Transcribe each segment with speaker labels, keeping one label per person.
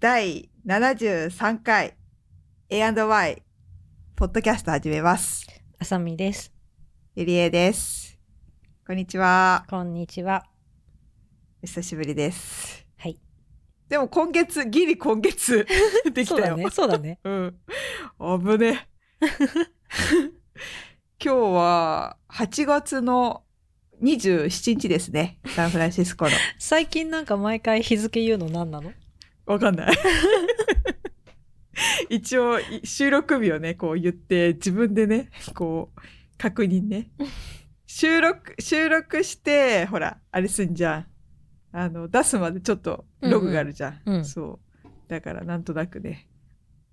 Speaker 1: 第73回 A&Y ポッドキャスト始めます。
Speaker 2: あさみです。
Speaker 1: ゆりえです。こんにちは。
Speaker 2: こんにちは。
Speaker 1: お久しぶりです。
Speaker 2: はい。
Speaker 1: でも今月、ギリ今月 でき
Speaker 2: そう
Speaker 1: た
Speaker 2: だ
Speaker 1: よ。
Speaker 2: ね。そうだね。
Speaker 1: うん。あぶね。 今日は8月の27日ですね。サンフランシスコの。
Speaker 2: 最近なんか毎回日付言うの何なの
Speaker 1: わかんない。 一応、い収録日をね、こう言って、自分でね、こう、確認ね。収録、収録して、ほら、あれすんじゃん。あの、出すまでちょっとログがあるじゃん。
Speaker 2: うんうんうん
Speaker 1: そう。だから、なんとなくね、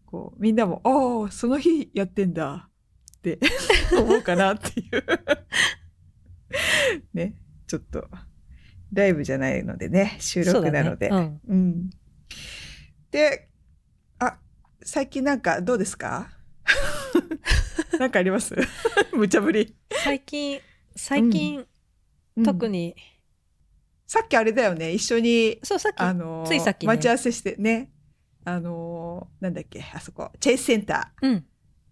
Speaker 1: こう、みんなも、ああ、その日やってんだ、って 思うかなっていう。ね、ちょっと、ライブじゃないのでね、収録なので。
Speaker 2: そうだね
Speaker 1: うん。で、あ、最近なんかどうですかなんかあります 無茶ぶり。
Speaker 2: うん、最近、最近、特
Speaker 1: に。
Speaker 2: に、
Speaker 1: さっきあれだよね、一緒に、
Speaker 2: そう、さっき、
Speaker 1: あのー
Speaker 2: ついさっきね
Speaker 1: 待ち合わせしてね、あのーなんだっけ、あそこ、チェイスセンタ
Speaker 2: うん。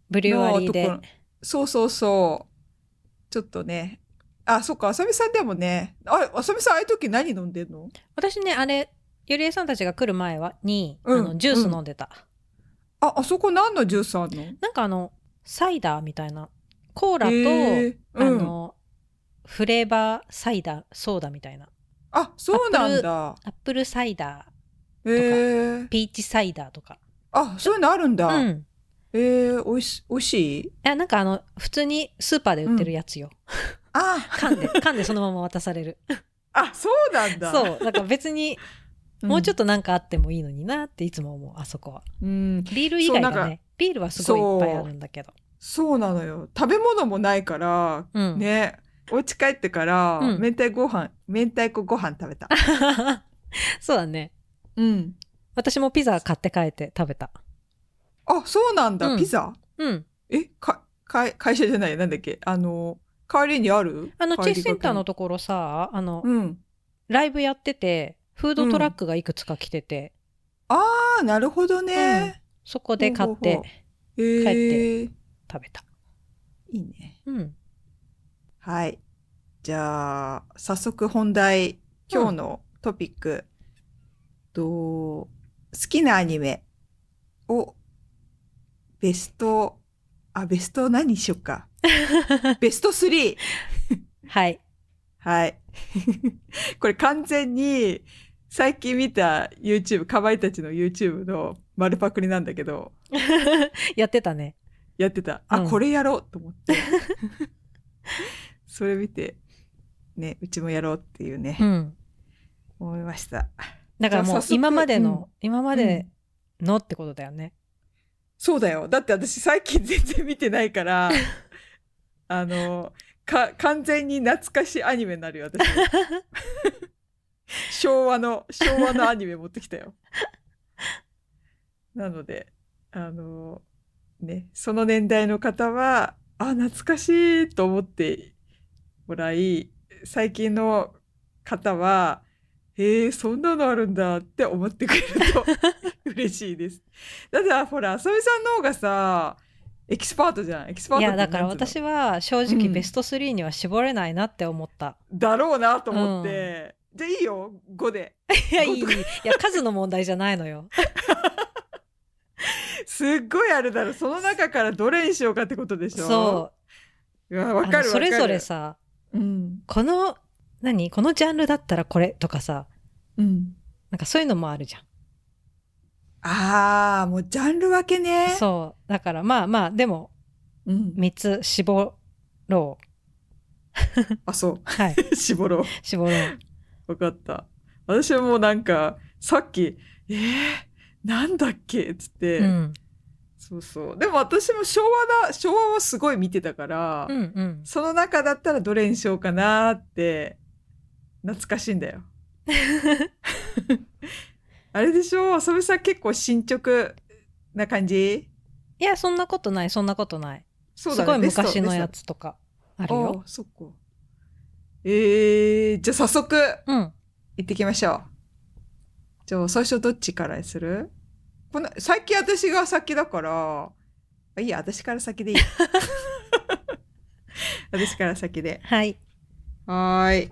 Speaker 2: ブリ
Speaker 1: ー
Speaker 2: ュワ
Speaker 1: の
Speaker 2: リー
Speaker 1: とこ
Speaker 2: で
Speaker 1: ろ。。そうそうそう。ちょっとね、あ、そっか、あさみさんでもね、あ、あさみさんああいう時何飲んでんの
Speaker 2: 私ね、あれ、ゆりえさんたちが来る前は、に、
Speaker 1: うん
Speaker 2: あの、ジュース飲んでた。
Speaker 1: あ、あそこ何のジュースあんの
Speaker 2: なんかあの、サイダーみたいな。コーラと、
Speaker 1: へー
Speaker 2: あ
Speaker 1: うん、
Speaker 2: の、フレーバーサイダー、ソーダみたいな。
Speaker 1: あ、そうなんだ。
Speaker 2: アップルサイダ
Speaker 1: へえー。
Speaker 2: ー、ピーチサイダーとか。
Speaker 1: あ、そういうのあるんだ。
Speaker 2: うん。い
Speaker 1: ええー、おいし、おいしい
Speaker 2: や、なんかあの、普通にスーパーで売ってるやつよ。
Speaker 1: あ、
Speaker 2: 噛んで、 噛んでそのまま渡される。
Speaker 1: あ、そうなんだ。
Speaker 2: そう。だから別に、
Speaker 1: うん。
Speaker 2: もうちょっ
Speaker 1: っ
Speaker 2: となんかあってもいいのになっていつも思う、あそこは。
Speaker 1: と。うん。
Speaker 2: ビール以外
Speaker 1: そうな
Speaker 2: が
Speaker 1: ん
Speaker 2: ね、ビールはすごいいっぱいあるんだけど。
Speaker 1: そうなのよ。食べ物もないから、
Speaker 2: うん。
Speaker 1: ね。お家帰ってから、
Speaker 2: うん
Speaker 1: 明太ご飯、明太子ご飯食べた。
Speaker 2: そうだね。
Speaker 1: うん。
Speaker 2: 私もピザ買って帰って食べた。
Speaker 1: あ、そうなんだ。
Speaker 2: うん
Speaker 1: ピザ
Speaker 2: うん。
Speaker 1: え、か、会、会社じゃないよなんだっけあの、帰りにある
Speaker 2: あの、チェイスセンター。の
Speaker 1: 帰
Speaker 2: ところさ、あの、
Speaker 1: りがけにうん。
Speaker 2: ライブやってて、フードトラックがいくつか来てて、
Speaker 1: ああ、なるほどね。
Speaker 2: そこで買っ
Speaker 1: ほうほうほ
Speaker 2: て
Speaker 1: うええー。
Speaker 2: 食べた。
Speaker 1: いいね。
Speaker 2: うん。
Speaker 1: はい。じゃあ、早速本題。今日のトピック。と好きなアニメを、ベスト、あ、ベスト何にしよっ か。ベスト 3!
Speaker 2: はい。
Speaker 1: はい。 これ完全に、最近見た YouTube、かまいたちの YouTube の丸パクリなんだけど、
Speaker 2: やってたね。
Speaker 1: やってた。あ、
Speaker 2: うん
Speaker 1: これやろうと思って。それ見て、ね、うちもやろうっていうね、
Speaker 2: うん。
Speaker 1: 思いました。
Speaker 2: だから
Speaker 1: じゃ
Speaker 2: も
Speaker 1: あ
Speaker 2: う
Speaker 1: 早速
Speaker 2: 今まで
Speaker 1: うん
Speaker 2: の、今ま
Speaker 1: う
Speaker 2: で
Speaker 1: ん
Speaker 2: のってことだよね。
Speaker 1: そうだよ。だって私最近全然見てないから、あの、か、完全に懐かしいアニメになるよ、 私。昭和の、昭和のアニメ持ってきたよ。なので、あの、ね、その年代の方は、あ、懐かしいと思ってもらい、最近の方は、へえ、そんなのあるんだって思ってくれる と嬉しいです。だってあほら、あさみさんの方がさ、エキスパートじゃん。エキスパー
Speaker 2: い
Speaker 1: トっ
Speaker 2: や
Speaker 1: て
Speaker 2: だから
Speaker 1: なんていうの
Speaker 2: 私は
Speaker 1: う
Speaker 2: 正直
Speaker 1: ん
Speaker 2: ベスト3には絞れないなって思った、
Speaker 1: だろうなと思って、じゃあいいよ5で
Speaker 2: いやいいいいいや数の問題じゃないの よ
Speaker 1: すっごいあるだろその中からどれにしようかってことでしょ
Speaker 2: そう
Speaker 1: うわ
Speaker 2: あ
Speaker 1: わ
Speaker 2: の
Speaker 1: かるわかる
Speaker 2: それぞれさ
Speaker 1: うん
Speaker 2: この何このジャンルだったらこれとかさ
Speaker 1: うん
Speaker 2: なんかそういうのもあるじゃん
Speaker 1: あーもうジャンル分けね
Speaker 2: そうだからまあまあでも
Speaker 1: う、ん、
Speaker 2: 3つ絞ろう
Speaker 1: あそ
Speaker 2: はいう
Speaker 1: 絞ろう
Speaker 2: 絞ろう
Speaker 1: 分かった私はもうなんかさっき「えー、なんだっけ?」っつって、
Speaker 2: うん
Speaker 1: そうそうでも私も昭和だ昭和はすごい見てたから、
Speaker 2: うんうん
Speaker 1: その中だったらどれにしようかなーって懐かしいん だよ。あれでしょあさみさん結構進捗な感じ
Speaker 2: いやそんなことないそんなことない
Speaker 1: そう
Speaker 2: す
Speaker 1: だ、ね、
Speaker 2: ごい
Speaker 1: ベスト
Speaker 2: 昔のや
Speaker 1: ベス
Speaker 2: つとかある
Speaker 1: トあ
Speaker 2: よ
Speaker 1: そっか。えー、じゃあ早速
Speaker 2: うん
Speaker 1: 行ってきましょう。じゃあ最初どっちからにするこの最近私が先だからあいいや私から先 でいい私から先で
Speaker 2: はい。
Speaker 1: はーい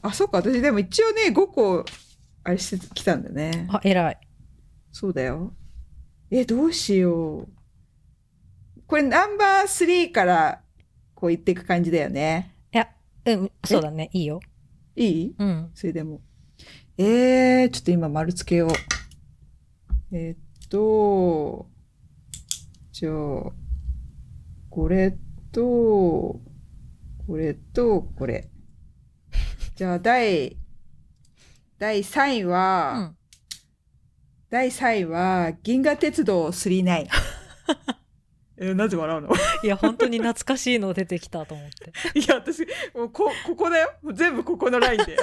Speaker 1: あそうか私でも一応ね5個あれしてきたんだね
Speaker 2: あ、偉い。
Speaker 1: そうだよえどうしようこれナンバー3からこう言っていく感じだよね
Speaker 2: いや、うん、そうだね。いいよ。
Speaker 1: いい
Speaker 2: うん。
Speaker 1: それでも。えー、ちょっと今丸つけを。えーっと、じゃあ、これと、これと、これ。じゃあ、第、第3位
Speaker 2: う
Speaker 1: は、
Speaker 2: ん。
Speaker 1: 第3位は、銀河鉄道39。えー、なぜ笑うの
Speaker 2: いや、本当に懐かしいの出てきたと思って。
Speaker 1: いや、私、もうこ、ここだよ。もう全部ここのラインだよ。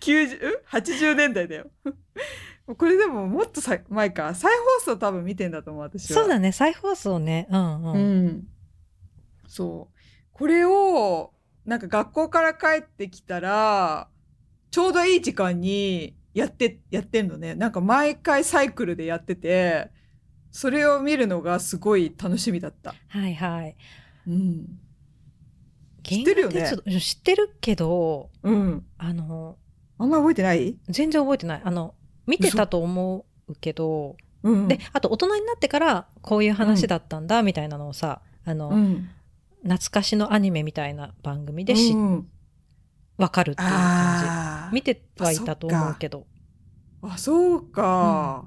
Speaker 1: 90ん80年代だよ。もうこれでももっとさ前か。再放送多分見てんだと思う、私は。
Speaker 2: そうだね。再放送ね。うんう。
Speaker 1: うんん。そう。これを、なんか学校から帰ってきたら、ちょうどいい時間にやって、やってんのね。なんか毎回サイクルでやってて、それを見るのがすごい楽しみだった。
Speaker 2: はいはい。
Speaker 1: うん。
Speaker 2: 知
Speaker 1: ってるよね
Speaker 2: 知ってるけど、
Speaker 1: うん。
Speaker 2: あの、
Speaker 1: あんま覚えてない
Speaker 2: 全然覚えてない。あの、見てたと思うけど、
Speaker 1: うん。
Speaker 2: で、あと大人になってからこういう話だったんだみたいなのをさ、あの、
Speaker 1: うん。
Speaker 2: 懐かしのアニメみたいな番組でし、
Speaker 1: うん
Speaker 2: わかるっていう感
Speaker 1: あ
Speaker 2: じ。見てはいたと思うけど。
Speaker 1: ーあそうか、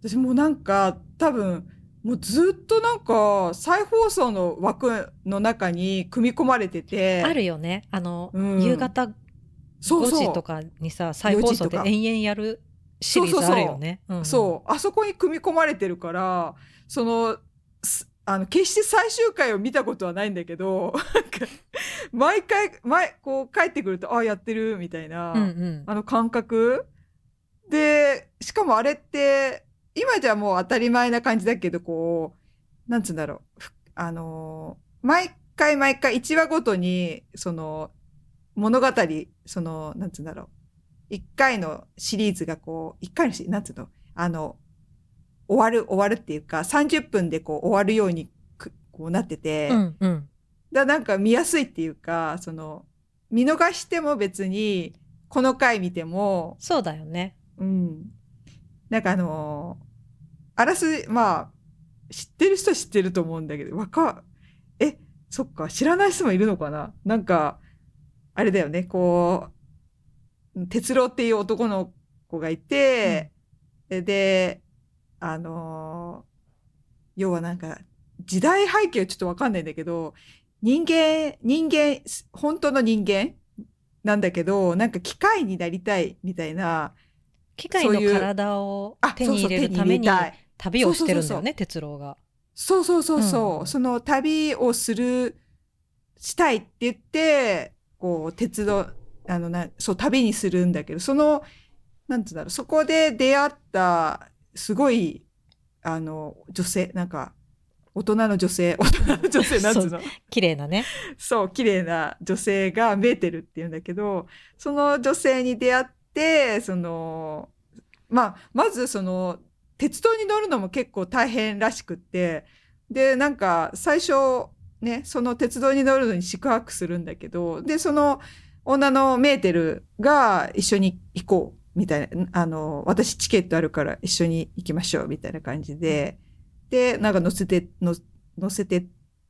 Speaker 1: 私もうなんか多分もうずっとなんか再放送の枠の中に組み込まれてて
Speaker 2: あるよね。あの、
Speaker 1: うん
Speaker 2: 夕方
Speaker 1: そう
Speaker 2: 5
Speaker 1: そう
Speaker 2: 時とかにさ、再放
Speaker 1: 4
Speaker 2: 送で
Speaker 1: 時とか
Speaker 2: 延々やるシリーズあるよね。うん
Speaker 1: そうあそこに組み込まれてるからそのすあの決して最終回を見たことはないんだけどなんか毎回毎こう帰ってくるとあやってるみたいな、
Speaker 2: うんうん。
Speaker 1: あの感覚で、しかもあれって、今じゃもう当たり前な感じだけど、こう、なんつうんだろうふ、あのー毎回毎回1話ごとに、その、物語、その、なんつうんだろう、1回のシリーズがこう、1回のシリーズ、なんつうの、あの、終わる、終わるっていうか、30分でこう、終わるようにく、こうなってて、
Speaker 2: うんうん。
Speaker 1: だなんか見やすいっていうかその見逃しても別にこの回見ても、
Speaker 2: そうだよね。
Speaker 1: うん、なんかあのーあらすまあ知ってる人は知ってると思うんだけどわかえそっか知らない人もいるのかななんかあれだよねこう哲郎っていう男の子がいて、であのー要はなんか時代背景はちょっとわかんないんだけど人間人間本当の人間なんだけどなんか機械になりたいみたいな
Speaker 2: 機械
Speaker 1: そ
Speaker 2: の
Speaker 1: ういう
Speaker 2: 体を
Speaker 1: あ
Speaker 2: 手に入れるために
Speaker 1: そうそう手入れたい
Speaker 2: 旅をしてるんだよ
Speaker 1: そうそうそうそ
Speaker 2: ね、哲郎が。
Speaker 1: そうそうそうそう、
Speaker 2: うん
Speaker 1: その旅をするしたいって言ってこう鉄道あのなそう旅にするんだけどそのなんつうんだろうそこで出会ったすごいあの女性なんか大人の女性大人の女性なん つうの
Speaker 2: 綺麗なね。
Speaker 1: そう、綺麗な女性がメーテルっていうんだけど、その女性に出会って、その、まあ、まずその、鉄道に乗るのも結構大変らしくって、で、なんか最初、ね、その鉄道に乗るのに宿泊するんだけど、で、その女のメーテルが一緒に行こう、みたいな、あの、私チケットあるから一緒に行きましょう、みたいな感じで、で、なんか乗せて、の乗せて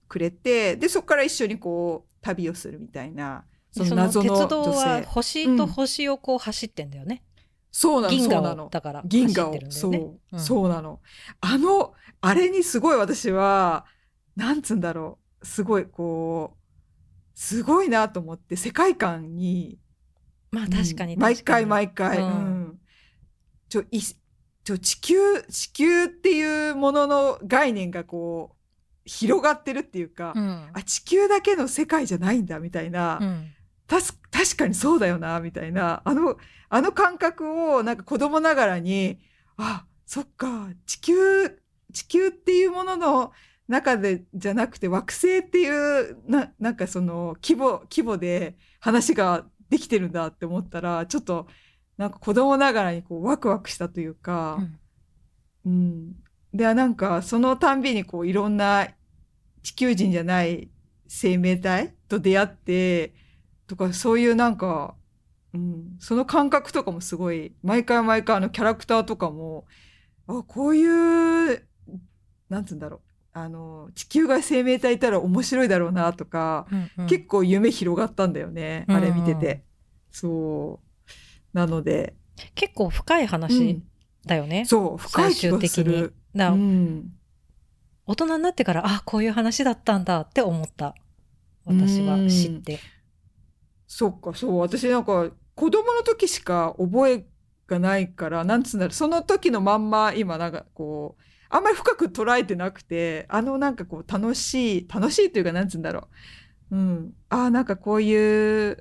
Speaker 1: くれて、で、そこから一緒にこう、旅をするみたいな、そ
Speaker 2: で
Speaker 1: の
Speaker 2: そ
Speaker 1: 謎
Speaker 2: の鉄
Speaker 1: の
Speaker 2: 道
Speaker 1: 女
Speaker 2: は
Speaker 1: 性。
Speaker 2: 星と星をこう走ってんだよね。
Speaker 1: そうなの、
Speaker 2: 銀
Speaker 1: そう
Speaker 2: 河
Speaker 1: な
Speaker 2: を
Speaker 1: の。
Speaker 2: だから走っ
Speaker 1: 銀
Speaker 2: てる
Speaker 1: 河
Speaker 2: ん
Speaker 1: を
Speaker 2: だよ、ね。
Speaker 1: そう、
Speaker 2: うん
Speaker 1: そうなの。あの、あれにすごい私は、なんつうんだろう、すごいこう、すごいなと思って、世界観に、
Speaker 2: まあ確かに確かに。
Speaker 1: うん毎回毎回、
Speaker 2: う
Speaker 1: うんんちょいちょ地球地球っていうものの概念がこう広がってるっていうか、
Speaker 2: うん。
Speaker 1: あ地球だけの世界じゃないんだみたいな、
Speaker 2: うん
Speaker 1: たす確かにそうだよなみたいなあのあの感覚をなんか子供ながらにあそっか地球地球っていうものの中でじゃなくて惑星っていうななんかその規模規模で話ができてるんだって思ったらちょっとなんか子供ながらにこうワクワクしたというか、
Speaker 2: うん
Speaker 1: うん。で、なんか、そのたんびにこう、いろんな地球人じゃない生命体と出会って、とか、そういうなんか、うん、その感覚とかもすごい、毎回毎回あのキャラクターとかも、あ、こういう、なんつうんだろう。あの、地球外生命体いたら面白いだろうなとか、
Speaker 2: うんうん
Speaker 1: 結構夢広がったんだよね。あれ見てて。
Speaker 2: うんう
Speaker 1: そう。なので、
Speaker 2: 結構深いう話
Speaker 1: ん
Speaker 2: だよね。
Speaker 1: そう、深い気がす
Speaker 2: 最終
Speaker 1: る。
Speaker 2: だから
Speaker 1: うん
Speaker 2: 大人になってから、あ、こういう話だったんだって思った。私は知って。
Speaker 1: そっか、そう。私なんか、子供の時しか覚えがないから、なんつうんだろう、その時のまんま、今なんかこう、あんまり深く捉えてなくて、あのなんかこう、楽しい、楽しいというか、なんつうんだろう。うん。ああ、なんかこういう、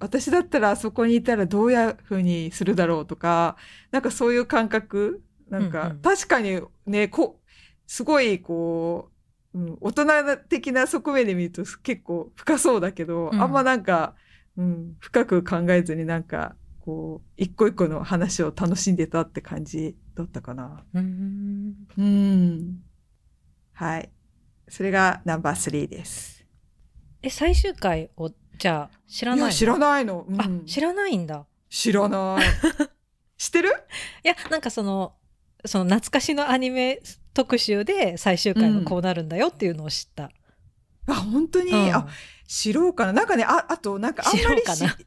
Speaker 1: 私だったらあそこにいたらどういうふうにするだろうとか、なんかそういう感覚なん
Speaker 2: うん
Speaker 1: か
Speaker 2: う、ん
Speaker 1: 確かにね、こすごいこう、うん、大人的な側面で見ると結構深そうだけど、
Speaker 2: うん
Speaker 1: あんまなんか、うん、深く考えずになんかこう一個一個の話を楽しんでたって感じだったかな。
Speaker 2: うん
Speaker 1: うん。はい。それがナンバー3です。
Speaker 2: え、最終回を、じゃあ、知ら
Speaker 1: い
Speaker 2: ない
Speaker 1: や、
Speaker 2: の
Speaker 1: 知らないの。うん、
Speaker 2: あ、知らないんだ。
Speaker 1: 知ら ない。知ってる
Speaker 2: いや、なんかその、その懐かしのアニメ特集で最終回はこうなるんだよっていうのを知った。
Speaker 1: あ、本当に、
Speaker 2: うん
Speaker 1: あ、知ろうかな。なんかね、あ、あと、なんかあんまり
Speaker 2: 知ろうか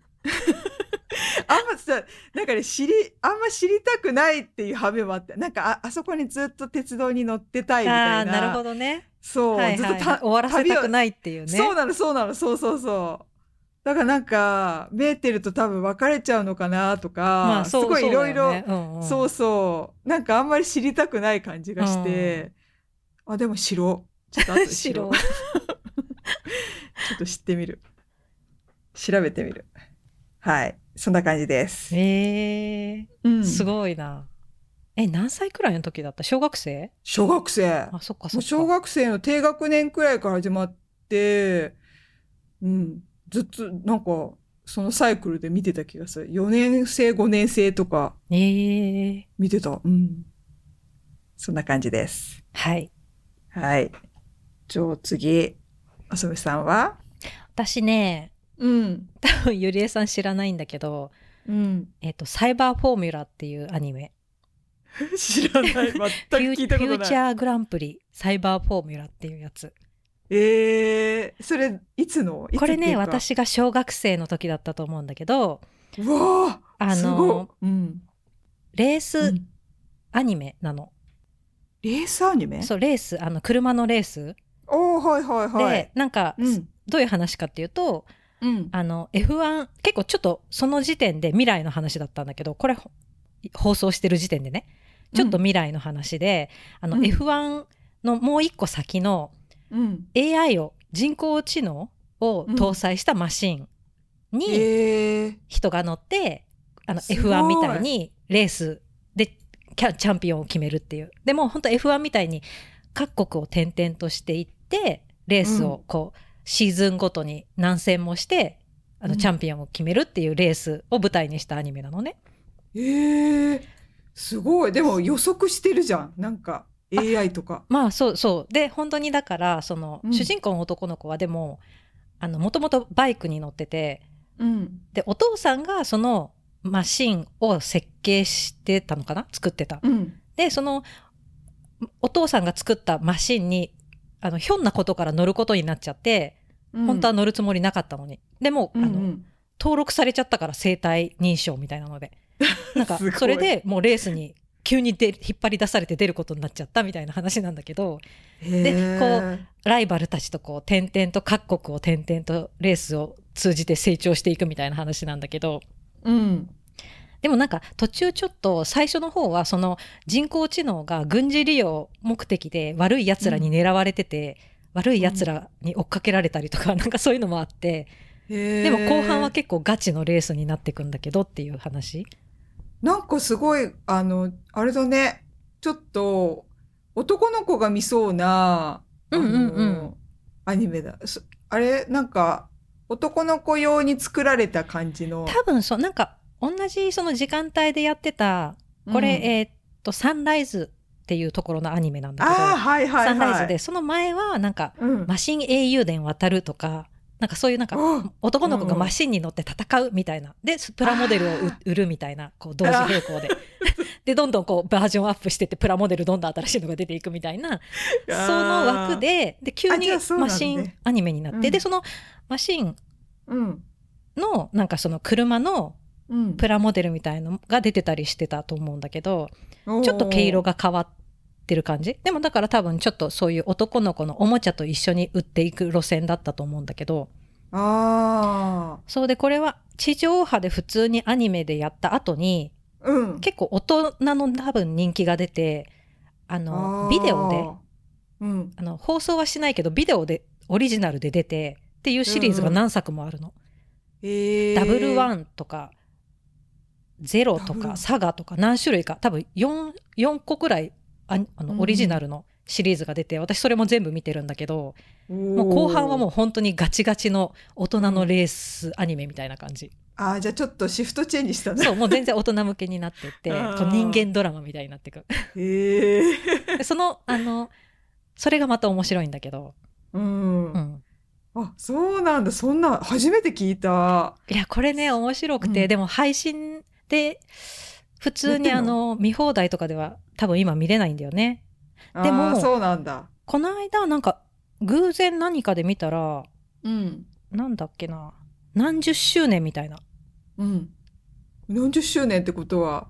Speaker 1: あんまさ、なんかね、知り、あんま知りたくないっていう羽目もあって、なんかあ、あそこにずっと鉄道に乗ってたいみ
Speaker 2: あ
Speaker 1: た
Speaker 2: あ、
Speaker 1: いな。
Speaker 2: なるほどね。
Speaker 1: そう、
Speaker 2: はい
Speaker 1: ずっ
Speaker 2: は
Speaker 1: と
Speaker 2: い
Speaker 1: た
Speaker 2: 終わらせたくないっていうね。
Speaker 1: そうなの、そうなの、そうそうそう。だからなんか、メーテルと多分別れちゃうのかなとか、
Speaker 2: まあ、そう
Speaker 1: すごいいろいろ、
Speaker 2: そ
Speaker 1: そううそう。なんかあんまり知りたくない感じがして、あ、でも知ろう。ちょっと後
Speaker 2: だよねうんうん
Speaker 1: で知ろ
Speaker 2: 白
Speaker 1: う。 ちょっと知ってみる。調べてみる。はい。そんな感じです。
Speaker 2: ええ
Speaker 1: うん
Speaker 2: すごいな。え、何歳くらいの時だった小学生
Speaker 1: 小学生。
Speaker 2: あ、そっかそ
Speaker 1: もう
Speaker 2: っか。
Speaker 1: 小学生の低学年くらいから始まって、うん。ずっと、なんか、そのサイクルで見てた気がする。4年生、5年生とか
Speaker 2: ええ
Speaker 1: 見てた。うん。そんな感じです。
Speaker 2: はい。
Speaker 1: はい。じゃあ次、あそみさんは
Speaker 2: 私ね、
Speaker 1: うん。
Speaker 2: ゆりえさん知らないんだけど、
Speaker 1: うん。
Speaker 2: えっ、と、サイバーフォーミュラっていうアニメ。
Speaker 1: 知らない。全く
Speaker 2: フュ
Speaker 1: 聞い
Speaker 2: ー
Speaker 1: た
Speaker 2: フ
Speaker 1: こと
Speaker 2: ュー
Speaker 1: ない
Speaker 2: チ。ャーグランプリ、サイバーフォーミュラっていうやつ。
Speaker 1: えー、それ、いつのいつ
Speaker 2: これ
Speaker 1: ってい
Speaker 2: ね、
Speaker 1: うか。
Speaker 2: 私が小学生の時だったと思うんだけど、
Speaker 1: うわ
Speaker 2: あ
Speaker 1: あすごい
Speaker 2: の、、
Speaker 1: うん。
Speaker 2: レー
Speaker 1: う
Speaker 2: ス
Speaker 1: ん
Speaker 2: アニメなの。
Speaker 1: レースアニメ
Speaker 2: そう、レース、あの、車のレース。
Speaker 1: おー、はいはいはい。
Speaker 2: で、なんか、
Speaker 1: うん。
Speaker 2: どういう話かっていうと、
Speaker 1: うん。
Speaker 2: あの、F1、結構ちょっとその時点で未来の話だったんだけど、これほ放送してる時点でね、ちょっと未来の話で、あの、
Speaker 1: うん
Speaker 2: F1 のもう一個先の
Speaker 1: うん。
Speaker 2: AI を、人工知能を搭載したマシンに
Speaker 1: えー、
Speaker 2: 人が乗って、あの、
Speaker 1: すごい
Speaker 2: F1 みたいにレースでキャチャンピオンを決めるっていう。でも本当 F1 みたいに各国を転々としていって、レースをこう、シーズンごとに何戦もして、
Speaker 1: う
Speaker 2: あの、
Speaker 1: ん
Speaker 2: チャンピオンを決めるっていうレースを舞台にしたアニメなのね。
Speaker 1: えー、すごい。でも予測してるじゃん。なんか、AI とか。
Speaker 2: まあそうそう。で、本当にだから、その、
Speaker 1: うん
Speaker 2: 主人公の男の子はでも、あの、もともとバイクに乗ってて、
Speaker 1: うん。
Speaker 2: で、お父さんがそのマシンを設計してたのかな作ってた。
Speaker 1: うん。
Speaker 2: で、その、お父さんが作ったマシンに、あの、ひょんなことから乗ることになっちゃって、本当は
Speaker 1: の、
Speaker 2: 乗るつもりなかったのに。でも、
Speaker 1: うん
Speaker 2: あ
Speaker 1: う
Speaker 2: の、
Speaker 1: ん
Speaker 2: 登録されちゃったから生体認証みたいな ので。なんか
Speaker 1: すごい、
Speaker 2: それでもうレースに急に出引っ張り出されて出ることになっちゃったみたいな話なんだけど、
Speaker 1: へー
Speaker 2: ライバルたちとこう、点々と各国を点々とレースを通じて成長していくみたいな話なんだけど、
Speaker 1: うん。
Speaker 2: でもなんか途中ちょっと最初の方はその人工知能が軍事利用目的で悪い奴らに狙われてて、悪い奴らに追っかけられたりとか、なんかそういうのもあって、
Speaker 1: で
Speaker 2: でも後半は結構ガチのレースになっていくんだけどっていう話。
Speaker 1: なんかすごい、あの、あれだね、ちょっと、男の子が見そうな、
Speaker 2: うんうんうん
Speaker 1: あのアニメだ。そあれ、なんか、男の子用に作られた感じの。
Speaker 2: 多分そう、なんか同じその時間帯でやってた、これ、
Speaker 1: うん
Speaker 2: えーっと、サンライズっていうところのアニメなんだけど、
Speaker 1: ああ、はいはいはい。
Speaker 2: サンライズで、その前はなんか、
Speaker 1: うん、
Speaker 2: マシン英雄伝渡るとか、なんかそういうなんか、
Speaker 1: うん
Speaker 2: 男の子がマシンに乗って戦うみたいな。で、プラモデルを
Speaker 1: あー
Speaker 2: 売売るみたいな、こう同時並行で。 で、どんどんこうバージョンアップしてって、プラモデルどんどん新しいのが出ていくみたいな、その枠で、で、急
Speaker 1: あ
Speaker 2: に
Speaker 1: じゃあそうなん
Speaker 2: マ
Speaker 1: だ
Speaker 2: シ
Speaker 1: ね
Speaker 2: ンアニメになって、
Speaker 1: うん
Speaker 2: で、そのマシン
Speaker 1: うん、
Speaker 2: の、なんかその車の
Speaker 1: うん、
Speaker 2: プラモデルみたいのが出てたりしてたと思うんだけど、ちょっと毛色
Speaker 1: が。
Speaker 2: が変わってる感じ。でもだから多分ちょっとそういう男の子のおもちゃと一緒に売っていく路線だったと思うんだけど、
Speaker 1: あ
Speaker 2: そうでこれは地上波で普通にアニメでやった後に、
Speaker 1: あ、うん。
Speaker 2: 結構大人の多分人気が出て、あの、
Speaker 1: あー
Speaker 2: ビデオで、。
Speaker 1: うん。
Speaker 2: あの、放送はしないけどビデオでオリジナルで出てっていうシリーズが何作もあるの。
Speaker 1: ええ。
Speaker 2: ダブルワ
Speaker 1: ン。
Speaker 2: ンとか、ゼロと
Speaker 1: ダブ
Speaker 2: か、
Speaker 1: ル
Speaker 2: サガとか、何種類か、多分4、4個くらい、ああ
Speaker 1: うんう
Speaker 2: の、
Speaker 1: ん
Speaker 2: オリジナルのシリーズが出て、私それも全部見てるんだけど、
Speaker 1: も
Speaker 2: もう後半はもう本当にガチガチの大人のレースアニメみたいな感じ。
Speaker 1: ああ、じゃあちょっとシフトチェンジした ね。
Speaker 2: そう、もう全然大人向けになってって、
Speaker 1: あー
Speaker 2: こう人間ドラマみたいになっ てく。
Speaker 1: ええ。
Speaker 2: でその、あの、それがまた面白いんだけど、
Speaker 1: う。
Speaker 2: うんん。
Speaker 1: あ、そうなんだ。そんな、初めて聞いた。
Speaker 2: いや、これね、面白くて、
Speaker 1: うん
Speaker 2: でも配信で、普通に
Speaker 1: や
Speaker 2: あ
Speaker 1: ってんの
Speaker 2: の、見放題とかでは多分今見れないんだよね。でも
Speaker 1: あーそうなんだ。
Speaker 2: この間なんか偶然何かで見たら
Speaker 1: うん。
Speaker 2: なんだっけな何十周年みたいな
Speaker 1: うん。40周年ってことは、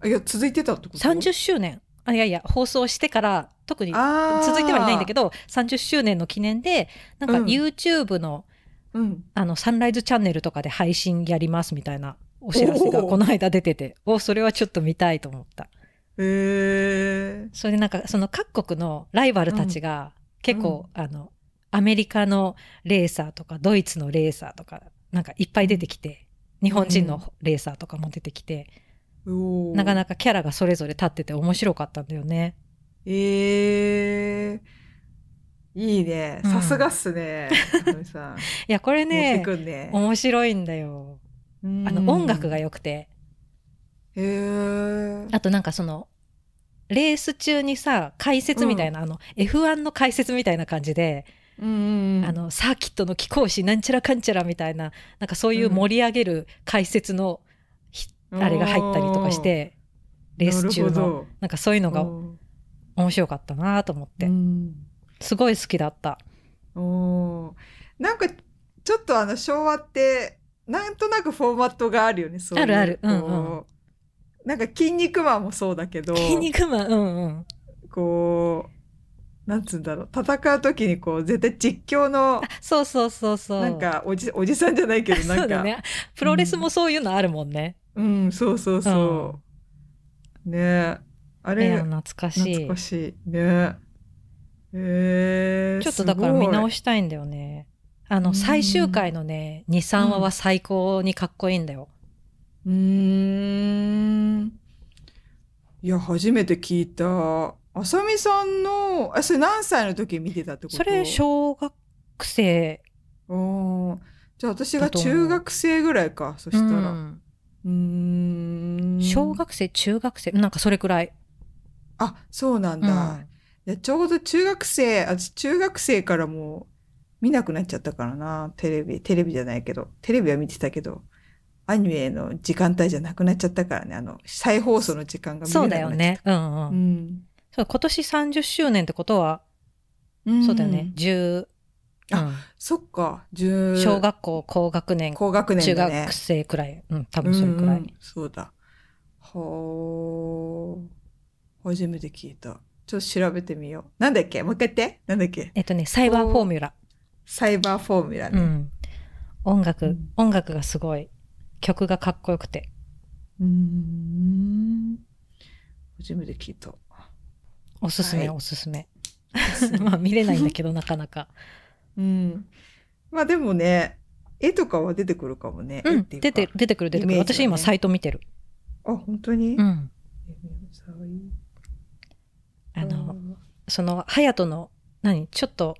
Speaker 1: あいや、続いてたってこと
Speaker 2: 30周年あいやいや放送してから特に
Speaker 1: ああ。
Speaker 2: 続いてはいないんだけ
Speaker 1: ど。
Speaker 2: ど30周年の記念でなんか
Speaker 1: うん
Speaker 2: YouTube の,、
Speaker 1: うん。
Speaker 2: あのサンライズチャンネルとかで配信やりますみたいなお知らせが
Speaker 1: おお
Speaker 2: この間出てておそれはちょっと見たいと思った
Speaker 1: ええ。
Speaker 2: それでなんかその各国のライバルたちが結構、あのアメリカのレーサーとかドイツのレーサーとかなんかいっぱい出てきて日本人のレーサーとかも出てきて、
Speaker 1: おー
Speaker 2: なかなかキャラがそれぞれ立ってて面白かったんだよね。
Speaker 1: ええいいね。
Speaker 2: うん
Speaker 1: さすがっすね。あのりさん
Speaker 2: いやこれ
Speaker 1: 持って
Speaker 2: ね
Speaker 1: くんね。
Speaker 2: 面白いんだよ。あの音楽が良くて
Speaker 1: へえ。
Speaker 2: あとなんかそのレース中にさ解説みたいな、あの F1 の解説みたいな感じで、
Speaker 1: うんうん
Speaker 2: あのサーキットの貴公子なんちゃらかんちゃらみたいななんかそういう盛り上げる解説のひ、あれが入ったりとかしてレース中
Speaker 1: なる
Speaker 2: の
Speaker 1: ほ
Speaker 2: なんかそういうの
Speaker 1: ど
Speaker 2: が
Speaker 1: おー
Speaker 2: 面白かったなと思って、
Speaker 1: うん
Speaker 2: すごい好きだった。
Speaker 1: おーなんかちょっとあの昭和ってなんとなくフォーマットがあるよね。そういう
Speaker 2: あるあるうんうん
Speaker 1: こうなんか筋肉マンもそうだけど、
Speaker 2: 筋肉マン、うんうん。
Speaker 1: こうなんつうんだろう戦う時にこう絶対実況の
Speaker 2: そうそうそうそう。
Speaker 1: なんかおじおじさんじゃないけどな
Speaker 2: そうん
Speaker 1: か
Speaker 2: だね。プロレスもそういうのあるもんね。
Speaker 1: うん、そうそうそう。ねえ。あ
Speaker 2: いや
Speaker 1: れ、
Speaker 2: 懐かしい
Speaker 1: 懐かしい。ねえ。えー、
Speaker 2: ちょっとだから見直
Speaker 1: し
Speaker 2: したいんだよね。あ
Speaker 1: う
Speaker 2: の
Speaker 1: ん
Speaker 2: 最終回のね23話は最高にかっこいいんだよ。
Speaker 1: うーん。いや、初めて聞いた。あさみさんの、あ、それ何歳の時見てたってこと
Speaker 2: それ小学生
Speaker 1: うんじゃあ私
Speaker 2: だ
Speaker 1: が
Speaker 2: と思う
Speaker 1: 中学生ぐらいか、そしたら。
Speaker 2: う
Speaker 1: うんーん。
Speaker 2: 小学生中学生なんかそれくらい。
Speaker 1: あ、そうなんだ。
Speaker 2: うん
Speaker 1: いやちょうど中学生、私中学生からもう見なくなっちゃったからな、テレビ、テレビじゃないけど、テレビは見てたけど、アニメの時間帯じゃなくなっちゃったからね、あの、再放送の時間が見れ
Speaker 2: そう
Speaker 1: な
Speaker 2: だ
Speaker 1: くな
Speaker 2: よ
Speaker 1: っちゃった。
Speaker 2: ね。うんう。
Speaker 1: うんん。
Speaker 2: そう今年30周年ってことは、
Speaker 1: ん
Speaker 2: そうだよね。。10、
Speaker 1: あそっか、
Speaker 2: うん
Speaker 1: 中、
Speaker 2: 小学校高学年、
Speaker 1: 高学年
Speaker 2: 中
Speaker 1: だね
Speaker 2: 学。生くらい。うん多分それくら
Speaker 1: うんう
Speaker 2: い
Speaker 1: ん。そうだ。ほー。初めて聞いた。ちょっと調べてみよう。なんだっけもう一回言って。なんだっけ
Speaker 2: えっとねサイバーフォーミュラ。
Speaker 1: サイバーフォーミュラ
Speaker 2: う
Speaker 1: ね。
Speaker 2: ん、音楽、
Speaker 1: うん
Speaker 2: 音楽がすごい曲がかっこよくて
Speaker 1: うーん。初めて聞いた。
Speaker 2: おすすめ、
Speaker 1: はい
Speaker 2: おすすめ まあ見れないんだけどなかなか
Speaker 1: うん。まあでもね、絵とかは出てくるかもね。
Speaker 2: う
Speaker 1: 絵っ
Speaker 2: ん
Speaker 1: ていうか
Speaker 2: 出てる。出てくる出てくる、
Speaker 1: イメージだね
Speaker 2: 私今サイト見てる
Speaker 1: あ、本当に、
Speaker 2: うんあ
Speaker 1: あ
Speaker 2: の、その隼人の何ちょっと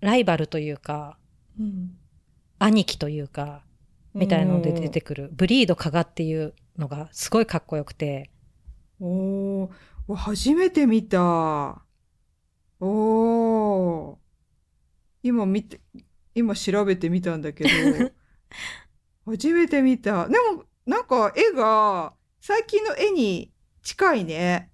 Speaker 2: ライバルというか
Speaker 1: うん、
Speaker 2: 兄貴というかみたいので出てくる、ブリード加賀っていうのがすごいかっこよくて
Speaker 1: おーおーわ初めて見た。おお。今見て、今調べてみたんだけ ど、初めて見た。でも、なんか絵が、最近の絵に近いね。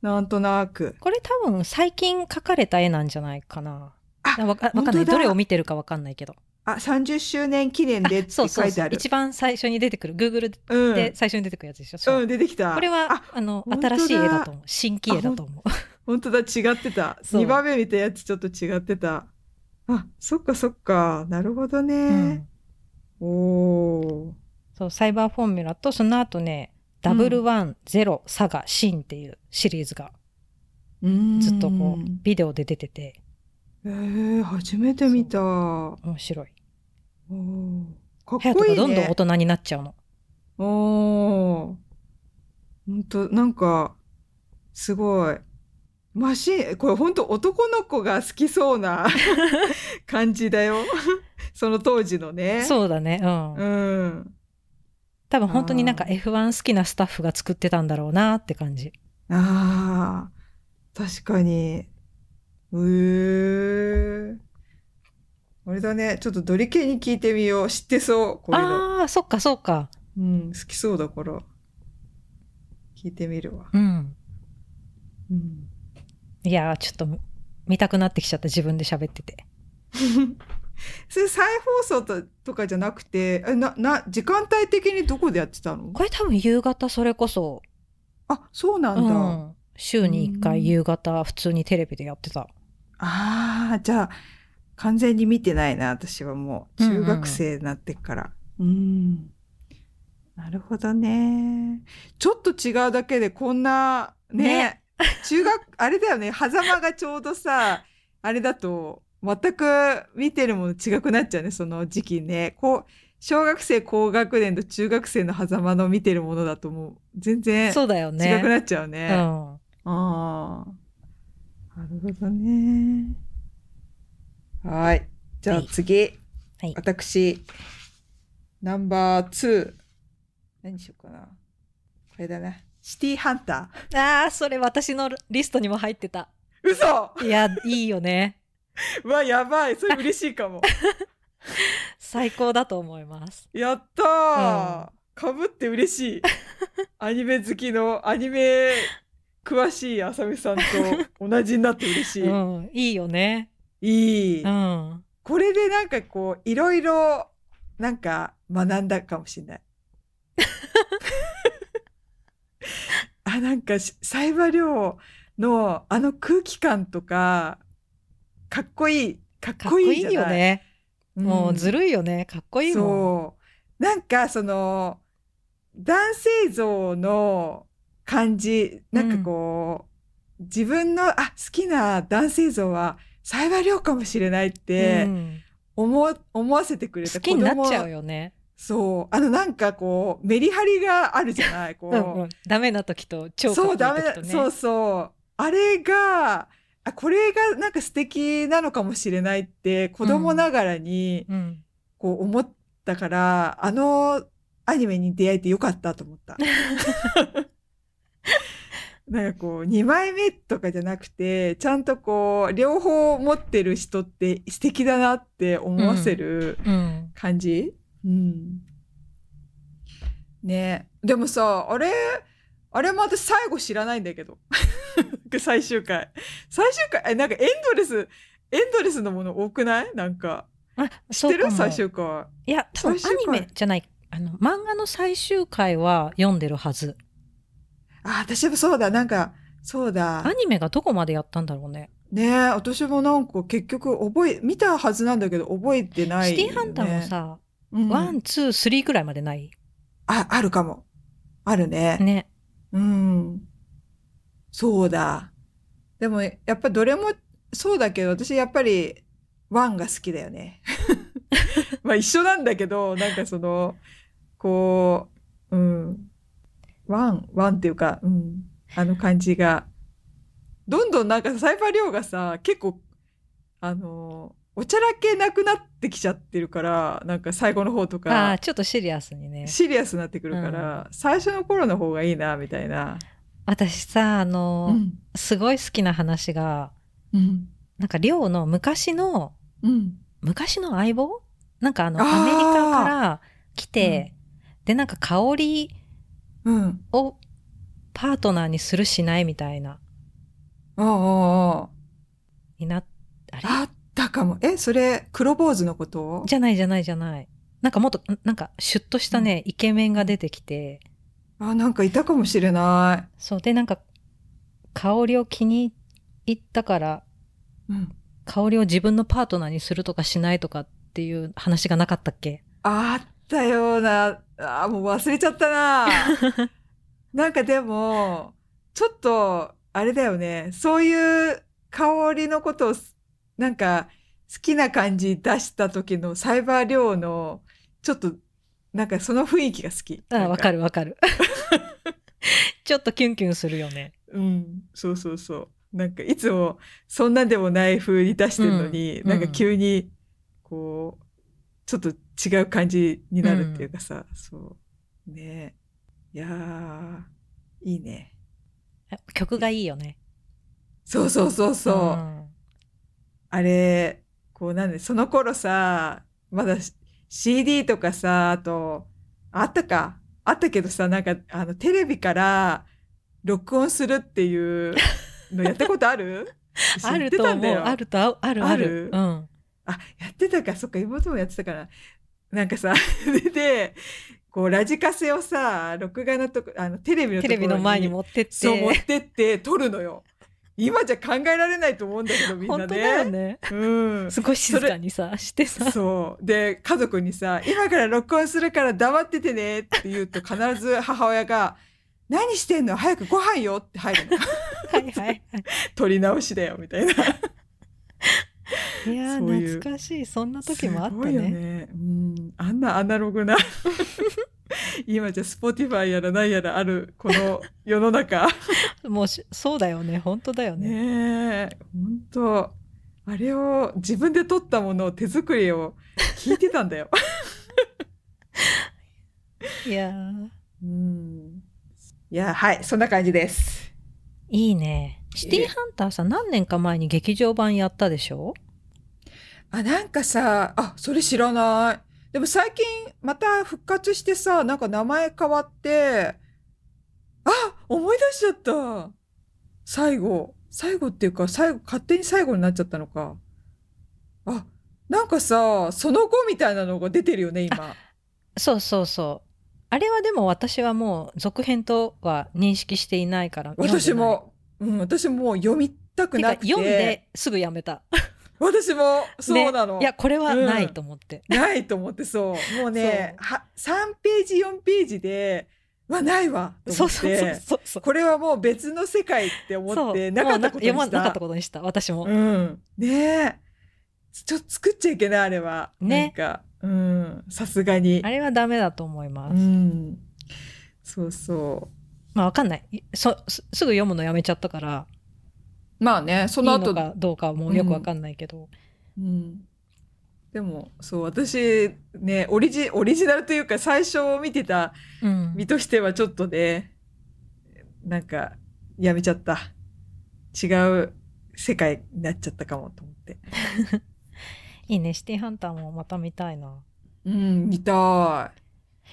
Speaker 1: なんとなく。
Speaker 2: これ多分最近描かれた絵なんじゃないかな。
Speaker 1: あ
Speaker 2: わかわかんな
Speaker 1: 本
Speaker 2: い。
Speaker 1: 当だ
Speaker 2: どれを見てるかわかんないけど。
Speaker 1: あ、30周年記念でっ
Speaker 2: あ
Speaker 1: て書
Speaker 2: そうそう
Speaker 1: いて
Speaker 2: そう
Speaker 1: あ。る。
Speaker 2: 一番最初に出てくる。Google
Speaker 1: うん。
Speaker 2: で最初に出てくるやつでしょ。そう
Speaker 1: うん、出てきた。
Speaker 2: これは
Speaker 1: あ
Speaker 2: あの
Speaker 1: 本当だ
Speaker 2: 新しい絵だと思う。新規絵だと思う。
Speaker 1: 本当だ、違ってた。
Speaker 2: そう
Speaker 1: 2番目見たやつちょっと違ってた。あ、そっかそっか。なるほどね。おお。
Speaker 2: そうサイバーフォーミュラとその後ねダブルワンゼロサガシンっていうシリーズがずっとこうビデオで出てて
Speaker 1: えー、初めて見た。お
Speaker 2: 面白い。
Speaker 1: ーかっ
Speaker 2: 隼
Speaker 1: こい
Speaker 2: 人が
Speaker 1: い
Speaker 2: どんどん
Speaker 1: ね
Speaker 2: 大。人になっちゃうの。
Speaker 1: おおー。ほんと、なんか、すごい。マシン、これほんと男の子が好きそうな 感じだよ。 その当時のね。
Speaker 2: そうだね。うん。
Speaker 1: うん。
Speaker 2: 多分本当になんか
Speaker 1: あ
Speaker 2: F1 好きなスタッフが作ってたんだろうなって感じ。
Speaker 1: ああ、確かに。うー。あれだね。ちょっとドリケンに聞いてみよう。知ってそう。こういうの。
Speaker 2: ああー、そっかそっか。
Speaker 1: うん、好きそうだから。聞いてみるわ。
Speaker 2: うん。
Speaker 1: うん。
Speaker 2: いやー、ちょっと見たくなってきちゃった自分で喋ってて。
Speaker 1: それ再放送と、とかじゃなくて、え、な、な、時間帯的にどこでやってたの
Speaker 2: これ多分夕方それこそ、
Speaker 1: あ、そうな
Speaker 2: うん
Speaker 1: だ。
Speaker 2: ん、週に1
Speaker 1: うん
Speaker 2: 回夕方普通にテレビでやってた。
Speaker 1: ああ、じゃあ、完全に見てないな、私はもう。
Speaker 2: うんうん
Speaker 1: 中学生になってから。うん、なるほどね。ちょっと違うだけでこんな、ね。
Speaker 2: ね
Speaker 1: 中学、 あれだよね。狭間がちょうどさ、あれだと、全く見てるもの違くなっちゃうね、その時期ね。こう、小学生高学年と中学生の狭間の見てるものだともう、全然違
Speaker 2: そうだよ
Speaker 1: く
Speaker 2: ね。
Speaker 1: なっちゃうね。
Speaker 2: うん。
Speaker 1: ああ。なるほどね。はい。じゃあ次。
Speaker 2: はい
Speaker 1: 私、ナンバー2。何しようかな。これだな。シティハンター。
Speaker 2: ああ、それ私のリストにも入ってた。
Speaker 1: 嘘
Speaker 2: いや、いいよね。
Speaker 1: うわ、やばい。それ嬉しいか も。
Speaker 2: 最高だと思います。
Speaker 1: やったー。かぶって嬉しい。アニメ好きの、アニメ詳しい浅見さんと同じになって嬉しい。
Speaker 2: うん、いいよね。
Speaker 1: いい。
Speaker 2: うん。
Speaker 1: これでなんかこういろいろなんか学んだかもしれ ない。あなんかしサイバリョウのあの空気感とかかっこいいかっ
Speaker 2: か
Speaker 1: こ
Speaker 2: っこ
Speaker 1: い
Speaker 2: い
Speaker 1: いじ
Speaker 2: い
Speaker 1: ゃ
Speaker 2: よ
Speaker 1: ない。
Speaker 2: ね。
Speaker 1: ん
Speaker 2: もうずるいよね。かっこいいもん。
Speaker 1: そうなんかその男性像の感じなんかこう、自分のあ好きな男性像はサイバリョウかもしれないって。
Speaker 2: うん
Speaker 1: 思わ思わせてくれた
Speaker 2: 好きになっちゃう
Speaker 1: よ。
Speaker 2: よね。
Speaker 1: そう。あのなんかこう、メリハリがあるじゃないこう、
Speaker 2: うんうん、ダメな時と超かっ
Speaker 1: そ、
Speaker 2: こいいう
Speaker 1: ダメ
Speaker 2: 時
Speaker 1: だ
Speaker 2: と、ね。
Speaker 1: そうそう。あれが、あ、これがなんか素敵なのかもしれないって、子供ながらに
Speaker 2: うん、
Speaker 1: こう思ったから、あのアニメに出会えてよかったと思 った。なんかこう、2枚目とかじゃなくて、ちゃんとこう、両方持ってる人って素敵だなって思わせる、
Speaker 2: うん。
Speaker 1: 感じうん。ねえでもさ、あれ、あれも私最後知らないんだけど。 最終回。最終回、え、なんかエンドレス、エンドレスのもの多くないなんか。
Speaker 2: あ、
Speaker 1: 知
Speaker 2: そ
Speaker 1: って
Speaker 2: うか
Speaker 1: る
Speaker 2: も
Speaker 1: 最終回。
Speaker 2: いや、多分
Speaker 1: 最終
Speaker 2: ア
Speaker 1: 回
Speaker 2: ニメじゃない。あの、漫画の最終回は読んでるはず。
Speaker 1: あ、私もそうだ、なんか、そうだ
Speaker 2: ア。ニメがどこまでやったんだろうね。
Speaker 1: ねえ、私もなんか結局覚え、見たはずなんだけど覚えてない、
Speaker 2: シティハンターも、さ、
Speaker 1: うん、
Speaker 2: ワン、ツー、スリーぐらいまでない
Speaker 1: あ、あるかも。あるね。
Speaker 2: ね。
Speaker 1: うん。そうだ。でも、やっぱどれもそうだけど、私やっぱり、ワンが好きだよ ね。まあ一緒なんだけど、なんかその、こう、うん。ワン、ワンっていうか、うん。あの感じが。どんどんなんかサイバー量がさ、結構、あの、おちゃらけなくなってきちゃってるから、なんか最後の方と
Speaker 2: ああ
Speaker 1: か
Speaker 2: ー、、ちょっとシリアスにね。
Speaker 1: シリアスになってくるから、最初の頃の方がいいな、みたいな。
Speaker 2: 私さ、あ
Speaker 1: う
Speaker 2: の、
Speaker 1: ん
Speaker 2: すごい好きな話が、
Speaker 1: うん
Speaker 2: なんか、りょうの昔の、
Speaker 1: うん
Speaker 2: 昔の相棒なんか、あの、
Speaker 1: あー
Speaker 2: アメリカから来て、で、なんか、香り
Speaker 1: うん
Speaker 2: をパートナーにするしないみたいな、
Speaker 1: あああ
Speaker 2: になっ、あれ
Speaker 1: ああったかもえそれ黒坊主のこと
Speaker 2: じゃないじゃないじゃない。なんか、もっと、んなんか、シュッとしたね、イケメンが出てきて、
Speaker 1: あなんかいたかもしれな
Speaker 2: そう、で、なんか、香りを気に入ったから、
Speaker 1: い、うん、
Speaker 2: 香りを自分のパートナーにするとかしないとかっていう話がなかったっ け
Speaker 1: あったようなあもう忘れちゃったななんかでもちょっとあれだよねそういう香りのことをすなんか好きな感じ出した時のサイバー量のちょっとなんかその雰囲気が好き
Speaker 2: あ、わか
Speaker 1: る
Speaker 2: るわかる。 ちょっとキュンキュンするよね。
Speaker 1: うんそうそうそうなんかいつもそんなでもない風に出してるのに、
Speaker 2: うん
Speaker 1: なんか急にこうちょっと違う感じになるっていうかさ、そうねえいやーいいね
Speaker 2: 曲がいいよね。
Speaker 1: そうそうそうそう、
Speaker 2: ん
Speaker 1: あれこうなんでその頃さまだ CD とかさあとあったかあったけどさなんかあのテレビから録音するっていうのやったことあ る
Speaker 2: あ
Speaker 1: 知っ
Speaker 2: る
Speaker 1: て
Speaker 2: と
Speaker 1: た
Speaker 2: 思
Speaker 1: んだ
Speaker 2: う。
Speaker 1: よ
Speaker 2: あるとああるある。
Speaker 1: あ
Speaker 2: うん。
Speaker 1: あ、やってたか、そっか、妹もやってたから。なんかさ、 で、でこう、ラジカセをさ、録画のとこ、あの、テレビのと
Speaker 2: テ
Speaker 1: ころ
Speaker 2: レ
Speaker 1: に
Speaker 2: ビの前に持ってって。
Speaker 1: そう、持ってって、撮るのよ。今じゃ考えられないと思うんだけど、みんなね。
Speaker 2: 本当だよね。
Speaker 1: うん。
Speaker 2: すごい静かにさ、して さ。
Speaker 1: そう。で、家族にさ、今から録音するから黙っててねって言うと、必ず母親が、何してんの早くご飯よって入 るの。
Speaker 2: はいはいは
Speaker 1: 撮り直しだよ、みたいな。
Speaker 2: い。いや
Speaker 1: そうい
Speaker 2: ー、
Speaker 1: う
Speaker 2: 懐かしい。そんな時もあった
Speaker 1: すごいよ
Speaker 2: ね。
Speaker 1: ね。うん、あんなアナロ グな今じゃ Spotify やら何やらあるこの世の中
Speaker 2: もうし、そうだよね。本当だよね。
Speaker 1: ねえ本当あれを自分で撮ったものを手作りを聞いてたんだよ。
Speaker 2: いやー、
Speaker 1: うん、いやはいそんな感じです。
Speaker 2: いいね。シティーハンターさ、何年か前に劇場版やったでしょ
Speaker 1: あなんかさあそれ知らない。でも最近また復活してさなんか名前変わってあ思い出しちゃった最後最後っていうか最後勝手に最後になっちゃったのかあなんかさその後みたいなのが出てるよね今
Speaker 2: そうそうそう。あれはでも私はもう続編とは認識していないから。
Speaker 1: 私
Speaker 2: 読んでない
Speaker 1: も、うん、私もう読みたくな
Speaker 2: て
Speaker 1: く
Speaker 2: か
Speaker 1: て
Speaker 2: 読んですぐやめた。
Speaker 1: 私もそうなの、
Speaker 2: ねいやこれはないと思って。
Speaker 1: ないと思ってそうもうね
Speaker 2: そ
Speaker 1: は3ページ4ページではないわと
Speaker 2: そ
Speaker 1: 思
Speaker 2: う
Speaker 1: って
Speaker 2: そうそうそうそう。
Speaker 1: これはもう別の世界って思ってなかったことに
Speaker 2: もう
Speaker 1: し
Speaker 2: な読まなかったた。ことにした私も。
Speaker 1: うん、ねえちょっと作っちゃいけないあれは、
Speaker 2: ね
Speaker 1: なんかうんさすがに
Speaker 2: あれはダメだと思いま
Speaker 1: う
Speaker 2: す。
Speaker 1: んそうそ
Speaker 2: まあわかんない。いそすすぐ読むのやめちゃったから
Speaker 1: うまあねそ
Speaker 2: いい
Speaker 1: の後
Speaker 2: のかどうかはもうよくわかんないけど。
Speaker 1: うん、でもそう私ねオリジオリジナルというか最初見てた
Speaker 2: うん
Speaker 1: 身としてはちょっとねなんかやめちゃった違う世界になっちゃったかもと思って
Speaker 2: いいねシティーハンターもまた見たいな。
Speaker 1: うん見たい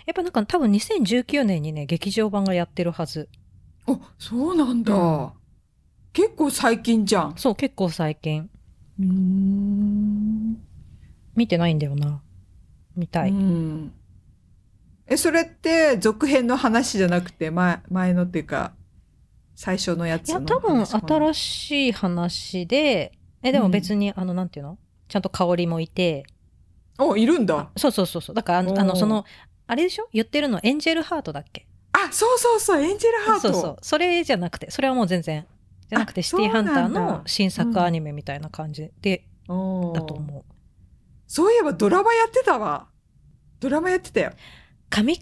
Speaker 2: やっぱなんか多分2019年にね劇場版がやってるはず。
Speaker 1: あ、そうなんだ。
Speaker 2: うん
Speaker 1: 結構最近じゃん。
Speaker 2: そう結構最近
Speaker 1: うん。
Speaker 2: 見てないんだよな。見たい。
Speaker 1: え、それって続編の話じゃなくて、前、前のっていうか、最初のやつ
Speaker 2: いや、
Speaker 1: の
Speaker 2: 多分
Speaker 1: 話かな
Speaker 2: 新しい話で、え、でも別に、あの、なんていうのちゃんと香りもいて、
Speaker 1: お、いるんだ。
Speaker 2: そうそうそうそう。だから、あ
Speaker 1: お
Speaker 2: の、
Speaker 1: ー
Speaker 2: あのその、あれでしょ言ってるのエンジェルハートだっけ
Speaker 1: あ、そうそうそう、エンジェルハート。
Speaker 2: そうそう。それじゃなくて、それはもう全然、じゃなくて、
Speaker 1: あ
Speaker 2: シティーハンター
Speaker 1: そうなん
Speaker 2: の
Speaker 1: だ
Speaker 2: 新作アニメみたいな感じで、
Speaker 1: おー
Speaker 2: だと思う。
Speaker 1: そういえばドラマやってたわ。ドラマやってたよ。
Speaker 2: 上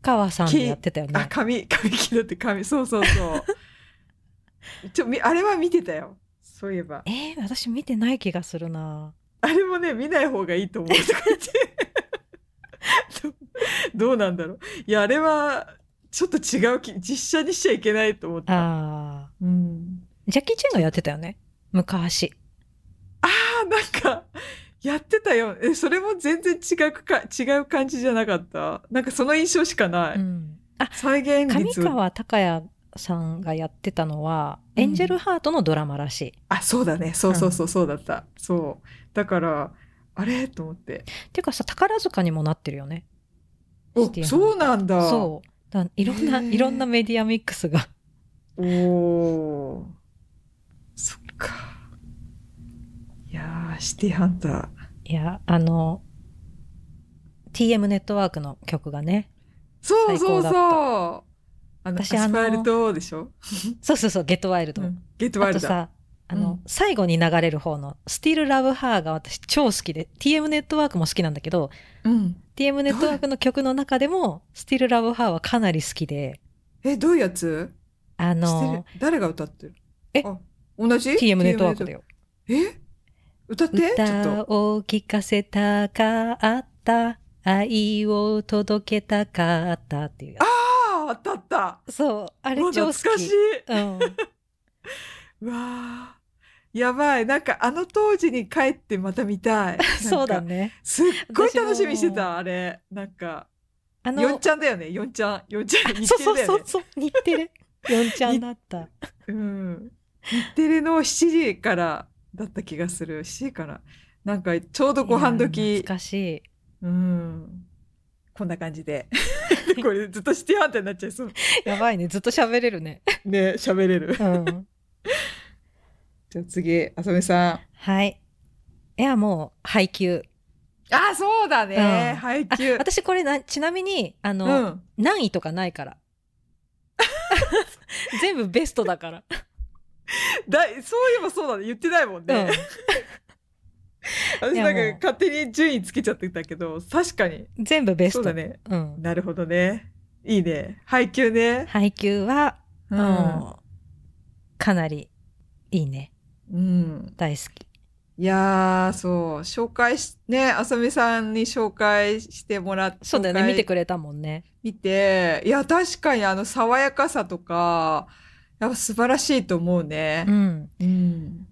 Speaker 2: 川さんでやってたよ
Speaker 1: あ、
Speaker 2: ね。
Speaker 1: 髪、髪切るって髪、そうそうそう。 ちょ、みあれは見てたよ。そういえば。
Speaker 2: えー、私見てない気がするな
Speaker 1: あれもね、見ない方がいいと思う とか言って。どどうなんだろう。いや、あれは、ちょっと違うき実写にしちゃいけないと思った。
Speaker 2: あ
Speaker 1: うん、
Speaker 2: ージャッキー・チェンがやってたよね昔
Speaker 1: あなんかやってたよえそれも全然違うか違う感じじゃなかったなんかその印象しかない、
Speaker 2: うんあ
Speaker 1: 再現
Speaker 2: 上
Speaker 1: 率
Speaker 2: 川隆也さんがやってたのは、
Speaker 1: うん
Speaker 2: エンジェルハートのドラマらしい
Speaker 1: あそうだねそうそうそうそうだった、そうだからあれと思って
Speaker 2: っていうかさ宝塚にもなってるよね
Speaker 1: お
Speaker 2: シティハンター
Speaker 1: そうなんだ
Speaker 2: そうだからいろんな
Speaker 1: へー
Speaker 2: いろんなメディアミックスが
Speaker 1: おーそっかいやーシティハンター
Speaker 2: いやあの TM ネットワークの曲がね
Speaker 1: そうそう
Speaker 2: 最高だ
Speaker 1: そ
Speaker 2: っ
Speaker 1: う
Speaker 2: た
Speaker 1: あの
Speaker 2: 私
Speaker 1: ア
Speaker 2: あ
Speaker 1: ス
Speaker 2: の
Speaker 1: ファルトでしょ、
Speaker 2: そうそうそう「ゲットワイルド」
Speaker 1: うんゲットワ
Speaker 2: あ
Speaker 1: イ
Speaker 2: と
Speaker 1: ルドだ
Speaker 2: さあの、
Speaker 1: うん
Speaker 2: 最後に流れる方の「スティール・ラブ・ハー」が私超好きで TM ネットワークも好きなんだけど
Speaker 1: うん、
Speaker 2: TM ネットワークの曲の中でも「スティール・ラブ・ハー」はかなり好きで
Speaker 1: えどういうやつし
Speaker 2: あ
Speaker 1: てる
Speaker 2: の
Speaker 1: 誰が歌ってる
Speaker 2: え
Speaker 1: あ同じ
Speaker 2: TM ネットワークだよ
Speaker 1: え歌ってちょっ
Speaker 2: 歌
Speaker 1: と
Speaker 2: を聴かせたかった愛を届けたかったっていうや
Speaker 1: ああ当たった
Speaker 2: つそうあれ
Speaker 1: もう
Speaker 2: 超
Speaker 1: 懐
Speaker 2: 好き
Speaker 1: かしい う
Speaker 2: うん、
Speaker 1: わーやばいなんかあの当時に帰ってまた見た い
Speaker 2: そうだ
Speaker 1: ね
Speaker 2: ね
Speaker 1: すっごい楽しみにしてたあれなんか
Speaker 2: あの
Speaker 1: 四ちゃんだよね四ちゃん四ちゃん日
Speaker 2: そう
Speaker 1: テレ
Speaker 2: そ
Speaker 1: だよ
Speaker 2: うそう
Speaker 1: ね
Speaker 2: そう似てるよんちゃんだった
Speaker 1: うん日テレの7時からだった気がする7時からなんかちょうどご飯
Speaker 2: いや
Speaker 1: 時
Speaker 2: 懐かしい
Speaker 1: うんこんな感じ でこれずっとシティハンターになっちゃいそう
Speaker 2: やばいねずっと喋れるね
Speaker 1: ね喋れる
Speaker 2: うん
Speaker 1: じゃあ次あさみさん
Speaker 2: はいいやもう配給
Speaker 1: あそうだね、
Speaker 2: うん
Speaker 1: 配
Speaker 2: あ
Speaker 1: 給
Speaker 2: 私これなちなみにあ
Speaker 1: う
Speaker 2: の、
Speaker 1: ん
Speaker 2: 何位とかないから 全部ベストだから
Speaker 1: だそういえばそうだね言ってないもん
Speaker 2: うん
Speaker 1: ね、
Speaker 2: い
Speaker 1: 私
Speaker 2: や
Speaker 1: なん
Speaker 2: もう
Speaker 1: か勝手に順位つけちゃってたけど確かに
Speaker 2: 全部ベス
Speaker 1: そ
Speaker 2: ト
Speaker 1: うだね
Speaker 2: うん、
Speaker 1: なるほどねいいね配給ね
Speaker 2: 配給は、
Speaker 1: う
Speaker 2: もうかなりいいね
Speaker 1: うん
Speaker 2: 大好き
Speaker 1: いやーそう紹介しねあさみさんに紹介してもらって
Speaker 2: そうだよね見てくれたもんね
Speaker 1: 見ていや確かにあの爽やかさとかやっぱ素晴らしいと思うね
Speaker 2: う、ん
Speaker 1: うん、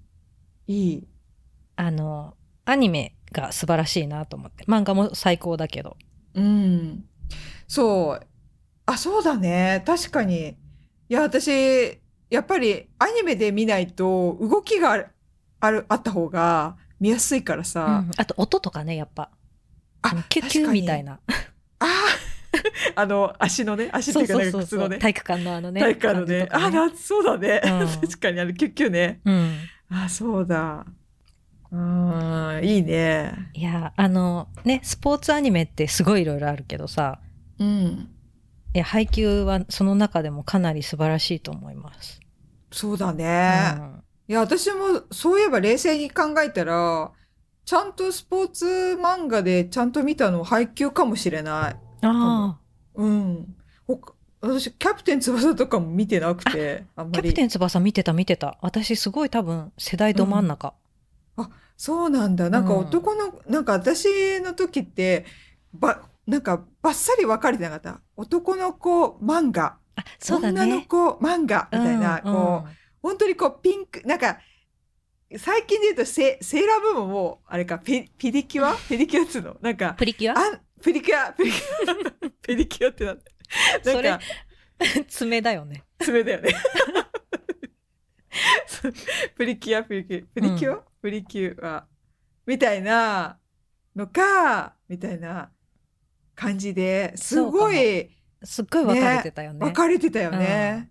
Speaker 1: いい
Speaker 2: あのアニメが素晴らしいなと思って漫画も最高だけど
Speaker 1: うん。そう。あ、そうだね。確かに。いや、私、やっぱりアニメで見ないと動きがある、ある、あった方が見やすいから
Speaker 2: あ,、
Speaker 1: さ。
Speaker 2: あと音とかねやっぱ
Speaker 1: あ
Speaker 2: あのキュッキ
Speaker 1: 確
Speaker 2: ュッ
Speaker 1: かに
Speaker 2: みたいな
Speaker 1: あああの、足のね、足ってい
Speaker 2: そ
Speaker 1: ううか
Speaker 2: そ
Speaker 1: な
Speaker 2: うんそ
Speaker 1: か
Speaker 2: う
Speaker 1: 靴
Speaker 2: そ
Speaker 1: の
Speaker 2: う、
Speaker 1: ね、
Speaker 2: 体育館のあのね
Speaker 1: 体育館のね。
Speaker 2: 感
Speaker 1: あ、
Speaker 2: じとか
Speaker 1: な、そうだね。
Speaker 2: う ん
Speaker 1: 確かに、あの、キュッキュね。
Speaker 2: うん
Speaker 1: あ、そうだ。うん、いいね。
Speaker 2: いやあのねスポーツアニメってすごいいろいろあるけどさ
Speaker 1: うん。
Speaker 2: いや配給はその中でもかなり素晴らしいと思います、
Speaker 1: そうだ
Speaker 2: う
Speaker 1: ね。
Speaker 2: ん、
Speaker 1: いや、私もそういえば冷静に考えたら、ちゃんとスポーツ漫画でちゃんと見たの配給かもしれない。
Speaker 2: あ
Speaker 1: うん。ほか私、キャプテン翼とかも見てなくて、あん
Speaker 2: あ
Speaker 1: ま
Speaker 2: キャ
Speaker 1: り。
Speaker 2: プテン翼見てた見てた私すごい多分世代ど真ん中、
Speaker 1: そうなんだ。なんか
Speaker 2: うん
Speaker 1: 男の、なんか私の時って、ば、なんかばっさり分かれてなかった。男の子漫画、
Speaker 2: あそうだね
Speaker 1: 女の子漫画みたいな、
Speaker 2: うん
Speaker 1: こう、本当にこうピンク、なんか、最近で言うとセ、セーラームーンも、あれか、ピ、ピリキュアペディキュアっつうのなんか
Speaker 2: うん、プリキュア
Speaker 1: あん、プリキュア、プリキュア、ペディキュアってなんだ。
Speaker 2: それ
Speaker 1: なんか、
Speaker 2: 爪だよね
Speaker 1: 爪だよね。プリキュア、プリキュア、プリキュア、プリキュア、みたいなのか、みたいな感じですごい、
Speaker 2: すっごい分かれてたよね
Speaker 1: 分かれてたよね。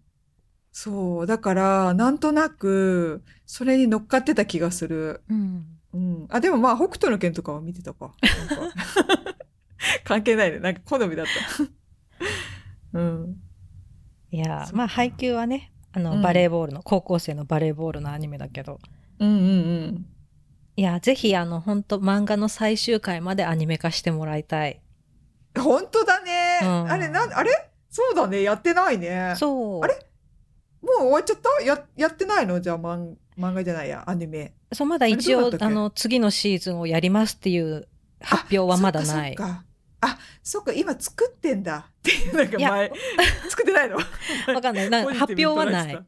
Speaker 1: そう。だから、なんとなく、それに乗っかってた気がする。
Speaker 2: うん、
Speaker 1: うん。あ、でもまあ、北斗の拳とかは見てたか。なんか関係ないね。なんか好みだった。 うん。
Speaker 2: いや
Speaker 1: そう
Speaker 2: ー
Speaker 1: か
Speaker 2: まあ配給はねあの、
Speaker 1: うん
Speaker 2: バレーボールの高校生のバレーボールのアニメだけど
Speaker 1: うんうん
Speaker 2: いやーぜひあの本当漫画の最終回までアニメ化してもらいたい
Speaker 1: うん。本当だね。
Speaker 2: うん
Speaker 1: あれ、なん、あれそうだね。やってないね。
Speaker 2: そう
Speaker 1: あれもう終わっちゃったや、やってないのじゃあ、漫漫画じゃないや、アニメ。
Speaker 2: そうまだ一
Speaker 1: あれどう
Speaker 2: 応
Speaker 1: だったっ
Speaker 2: あ
Speaker 1: け
Speaker 2: の次のシーズンをやりますっていう発表はまだない
Speaker 1: そっかそっかそっか、今作ってんだっていう、なんか
Speaker 2: いや
Speaker 1: 前、作ってないの
Speaker 2: わかんない。なん
Speaker 1: ポ
Speaker 2: か
Speaker 1: ジ
Speaker 2: 発
Speaker 1: ティブ
Speaker 2: 表
Speaker 1: に捉
Speaker 2: は
Speaker 1: えてた
Speaker 2: ない。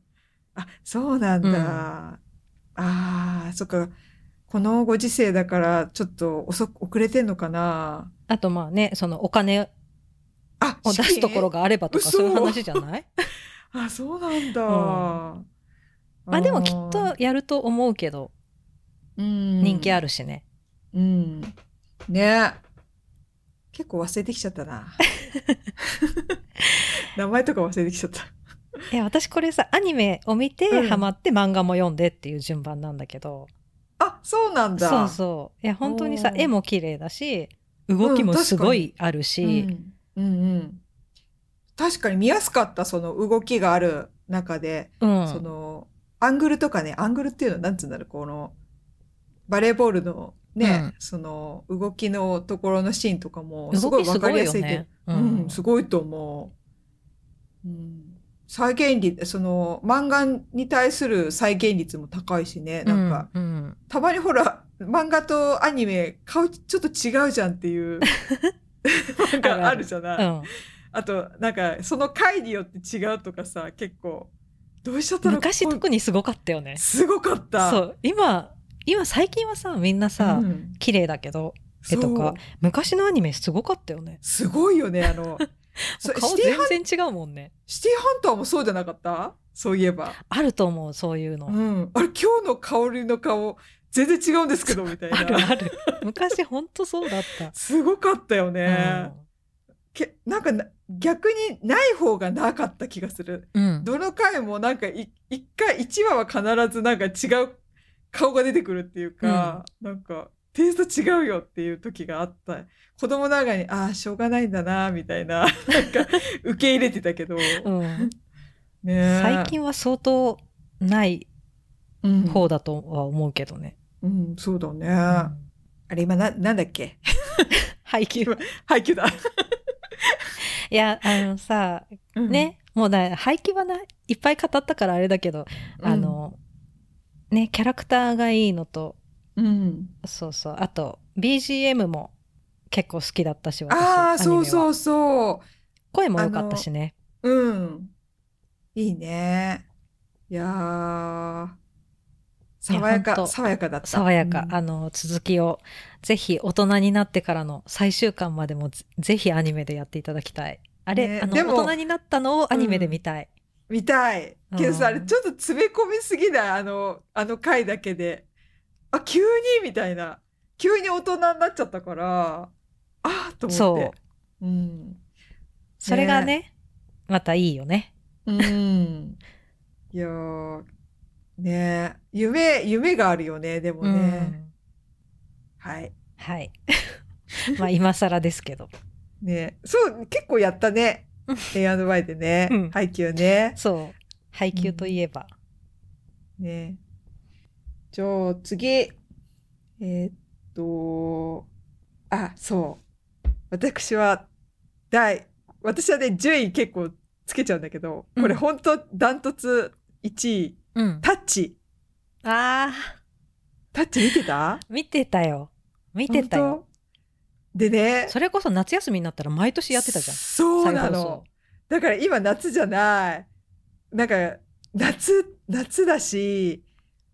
Speaker 1: あ、そうなんだ。
Speaker 2: うん
Speaker 1: ああ、そっか。このご時世だから、ちょっと遅く遅れてんのかな。
Speaker 2: あとまあね、そのお金
Speaker 1: あ、
Speaker 2: を出
Speaker 1: 資金
Speaker 2: すところがあればとか、
Speaker 1: 嘘
Speaker 2: そういう話じゃない
Speaker 1: あ、そうなんだ。
Speaker 2: うん
Speaker 1: あ
Speaker 2: まあでもきっ
Speaker 1: ー
Speaker 2: と、やると思うけど、
Speaker 1: 人
Speaker 2: 人気あ
Speaker 1: る。
Speaker 2: るしね。
Speaker 1: うん。ね結構忘れてきちゃった な。名前とか忘れてきちゃった。
Speaker 2: いや、私これさ、アニメを見て
Speaker 1: うん
Speaker 2: ハマって漫画も読んでっていう順番なんだけど、
Speaker 1: あ、そうなんだ。
Speaker 2: そうそう。いや、本当にさ
Speaker 1: お、ー
Speaker 2: 絵も綺麗だし、動きもすごいあるし、
Speaker 1: うん、うんうん確かに見やすかったその動きがある中で、
Speaker 2: うん
Speaker 1: そのアングルとかねアングルっていうのはなんつうんだろうこのバレーボールのね、
Speaker 2: うん
Speaker 1: その動きのところのシーンとかもすご
Speaker 2: 動
Speaker 1: い
Speaker 2: き
Speaker 1: わ
Speaker 2: す
Speaker 1: か
Speaker 2: ご
Speaker 1: りや
Speaker 2: いよ
Speaker 1: すい
Speaker 2: ね
Speaker 1: で、。
Speaker 2: う
Speaker 1: うん
Speaker 2: ん
Speaker 1: すごいと思う、うん、再現率その漫画に対する再現率も高いしねなんか、
Speaker 2: うんうん
Speaker 1: たまにほら漫画とアニメ顔ちょっと違うじゃんって いうなん
Speaker 2: あるある
Speaker 1: かあるじゃない。
Speaker 2: うん
Speaker 1: あとなんかその回によって違うとかさ結構どうしちゃったの
Speaker 2: 昔
Speaker 1: こ
Speaker 2: 特にすごかったよね
Speaker 1: う。すごかった。
Speaker 2: そうう今今最近はさみんなさ、
Speaker 1: ん
Speaker 2: 綺麗だけど絵と
Speaker 1: そう
Speaker 2: か昔のアニメすごかったよね
Speaker 1: すごいよねあ のそ
Speaker 2: 顔
Speaker 1: シティハン
Speaker 2: 全然違うもんね
Speaker 1: シティハンターもそうじゃなかったそういえば、
Speaker 2: あると思うそういうの、
Speaker 1: うん、あれ今日の香りの顔全然違うんですけどみたい
Speaker 2: ある
Speaker 1: な
Speaker 2: ある昔ほんとそうだった、
Speaker 1: すごかったよね、けなんかな逆にない方がなかった気がする
Speaker 2: うん、
Speaker 1: どの回もなんかい一回一話は必ずなんか違う顔が出てくるっていうか、なんかテイスト違うよっていう時があった子供ながらにああしょうがないんだなみたいななんか受け入れてたけど、
Speaker 2: うんうん
Speaker 1: ね
Speaker 2: 最近は相当ない
Speaker 1: 近
Speaker 2: 方だとは思うけどね、
Speaker 1: うん、うん、そうだね、
Speaker 2: うん
Speaker 1: あれ今ななんだっけ
Speaker 2: 配給
Speaker 1: 配給だ、
Speaker 2: いやあのさ
Speaker 1: うん、
Speaker 2: ね、もうだ廃棄はないいっぱい語ったからあれだけど、
Speaker 1: うん
Speaker 2: あのねキャラクターがいいのと
Speaker 1: うん、
Speaker 2: そうそうあと BGM も結構好きだったし私
Speaker 1: ああ
Speaker 2: アニメ
Speaker 1: そ
Speaker 2: は
Speaker 1: うそうそう
Speaker 2: 声も良かったしね
Speaker 1: うん。いいね。いやー。爽や
Speaker 2: いやほ
Speaker 1: か、
Speaker 2: んと
Speaker 1: 爽やかだった。
Speaker 2: 爽やか、
Speaker 1: うん
Speaker 2: あの続きをぜひ大人になってからの最終巻までもぜぜひアニメでやっていただきたいあれ、
Speaker 1: ね
Speaker 2: あの
Speaker 1: でも
Speaker 2: 大人になったのをアニメで見たい、
Speaker 1: 見たい。けどさ、
Speaker 2: うん
Speaker 1: あれちょっと詰め込みすぎないあの、あの回だけで。あ、急にみたいな。急に大人になっちゃったから、あーと思って。そう。うん。
Speaker 2: それがねまたいいよね
Speaker 1: うん。いやー。ね夢、夢があるよね、でも
Speaker 2: う
Speaker 1: ね。
Speaker 2: ん
Speaker 1: はい。
Speaker 2: はい まあ今更ですけど
Speaker 1: ねそう、結構やったね
Speaker 2: うん。
Speaker 1: A&Y でね
Speaker 2: うん。
Speaker 1: 配給ね。
Speaker 2: そう配給といえば、
Speaker 1: ね。じゃあ次。えーっと、あ、そう。私は、第、私はね、順位結構つけちゃうんだけど、これ
Speaker 2: うん
Speaker 1: 本当ダントツ1位。
Speaker 2: うん、
Speaker 1: タッチ。
Speaker 2: あー
Speaker 1: タッチ見てた
Speaker 2: 見てたよ 見てたよ
Speaker 1: 本当でね。
Speaker 2: それこそ夏休みになったら毎年やってたじゃん
Speaker 1: そうな
Speaker 2: 再放
Speaker 1: の
Speaker 2: 送。
Speaker 1: だから今夏じゃない。なんか、夏、夏だし、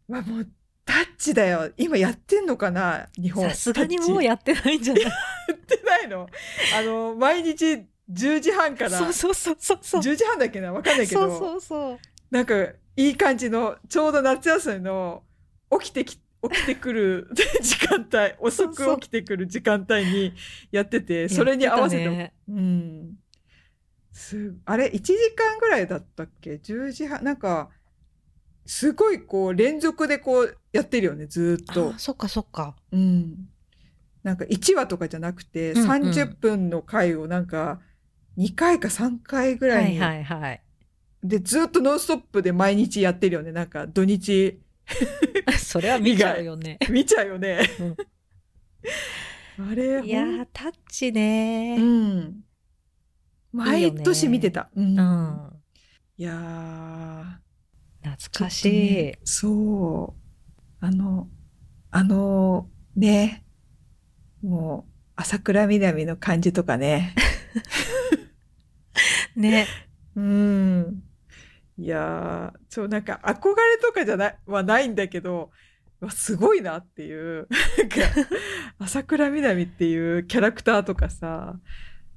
Speaker 1: まあもう、タッチだよ。今やってんのかな日本。
Speaker 2: さすがに
Speaker 1: タッチ
Speaker 2: もうやってないんじゃない
Speaker 1: ってないの。あの、毎日10時半から、
Speaker 2: そうそうそうそうそう
Speaker 1: 10時半だっけなわかんないけど、
Speaker 2: そうそうそう
Speaker 1: なんか、いい感じの、ちょうど夏休みの、起きてき、起きてくる時間帯、遅
Speaker 2: そうそ
Speaker 1: く
Speaker 2: う
Speaker 1: 起きてくる時間帯にやってて、それに合わせて
Speaker 2: やってたね
Speaker 1: うん。すあれ、1時間ぐらいだったっけ ?10 時半、なんか、すごいこう、連続でこう、やってるよね、ずーっと
Speaker 2: あ。そっかそっか
Speaker 1: うん。なんか1話とかじゃなくて、
Speaker 2: うんうん
Speaker 1: 30分の回をなんか、2回か3回ぐ
Speaker 2: は
Speaker 1: らい
Speaker 2: い
Speaker 1: に、
Speaker 2: はいはい
Speaker 1: で、ずーっとノンストップで毎日やってるよね、なんか、土日、
Speaker 2: それは見ちゃうよね
Speaker 1: 見ちゃうよ ね。あれ、
Speaker 2: いや
Speaker 1: ほん
Speaker 2: ータッチ
Speaker 1: う
Speaker 2: ね
Speaker 1: ん。
Speaker 2: いいよ
Speaker 1: 毎
Speaker 2: ね
Speaker 1: 年見てた。うん
Speaker 2: うん
Speaker 1: いやー。
Speaker 2: 懐かしい
Speaker 1: そう。あの、あの、ね、もう、朝倉みなみの感じとか ね。
Speaker 2: ね。
Speaker 1: うん。いやー、そう、なんか憧れとかじゃない、はないんだけど、うわすごいなっていう、なん か、朝倉みなみっていうキャラクターとかさ、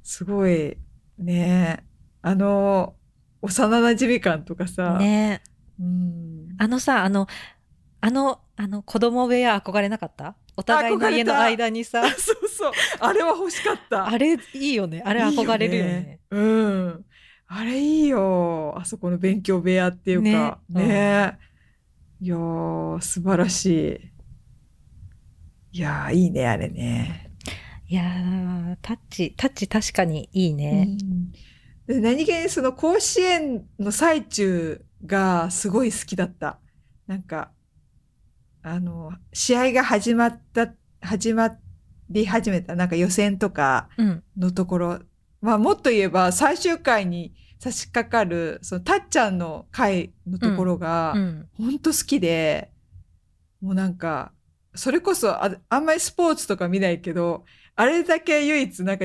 Speaker 1: すごい、ねあの、幼馴染み感とかさ、
Speaker 2: ね
Speaker 1: うん。
Speaker 2: あのさ、あの、あの、あの子供部屋憧れなかったお互いの家の間にさ
Speaker 1: あ、そうそう。あれは欲しかった。
Speaker 2: あれいいよね。あれ憧れるよね。
Speaker 1: いいうん。あれいいよ。あそこの勉強部屋っていうか。
Speaker 2: ね
Speaker 1: ねいやー、素晴らしい。いやー、いいね、あれね。
Speaker 2: いやー、タッチ、タッチ確かにいいね。
Speaker 1: で何気にその甲子園の最中がすごい好きだった。なんか、あの、試合が始まった、始まり始めた、なんか予選とか、
Speaker 2: うん。
Speaker 1: のところ、まあ、もっと言えば最終回に差し掛かるそのたっちゃんの回のところが
Speaker 2: うん。
Speaker 1: 本当好きで、もうなんかそれこそああんまりスポーツとか見ないけどあれだけ唯一なんか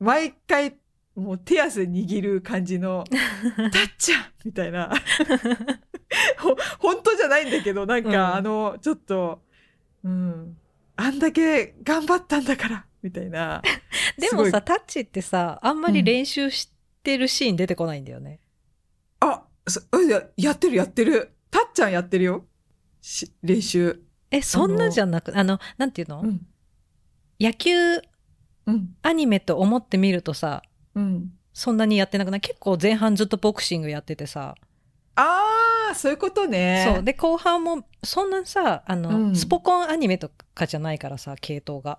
Speaker 1: 毎回もう手汗握る感じ のたっちゃんみたいなほ本当じゃないんだけどなんか、
Speaker 2: うん
Speaker 1: あのちょっとうんあんだけ頑張ったんだからみたいな。
Speaker 2: ですも
Speaker 1: ごい
Speaker 2: さ、タッチってさ、あんま
Speaker 1: う
Speaker 2: り
Speaker 1: ん
Speaker 2: 練習してるシーン出てこないんだよね。
Speaker 1: あ、そうんややってるやってる。たっちゃんやってるよ。し練習。
Speaker 2: え、そんなじゃなく、あの、なんていうの、
Speaker 1: うん。
Speaker 2: 野球
Speaker 1: うん。
Speaker 2: アニメと思ってみるとさ、
Speaker 1: うん。
Speaker 2: そんなにやってなくない結構前半ずっとボクシングやっててさ。
Speaker 1: ああ、そういうことね。
Speaker 2: そう。で、後半も、そんなさ、あの、
Speaker 1: うん
Speaker 2: スポコンアニメとかじゃないからさ、系統が。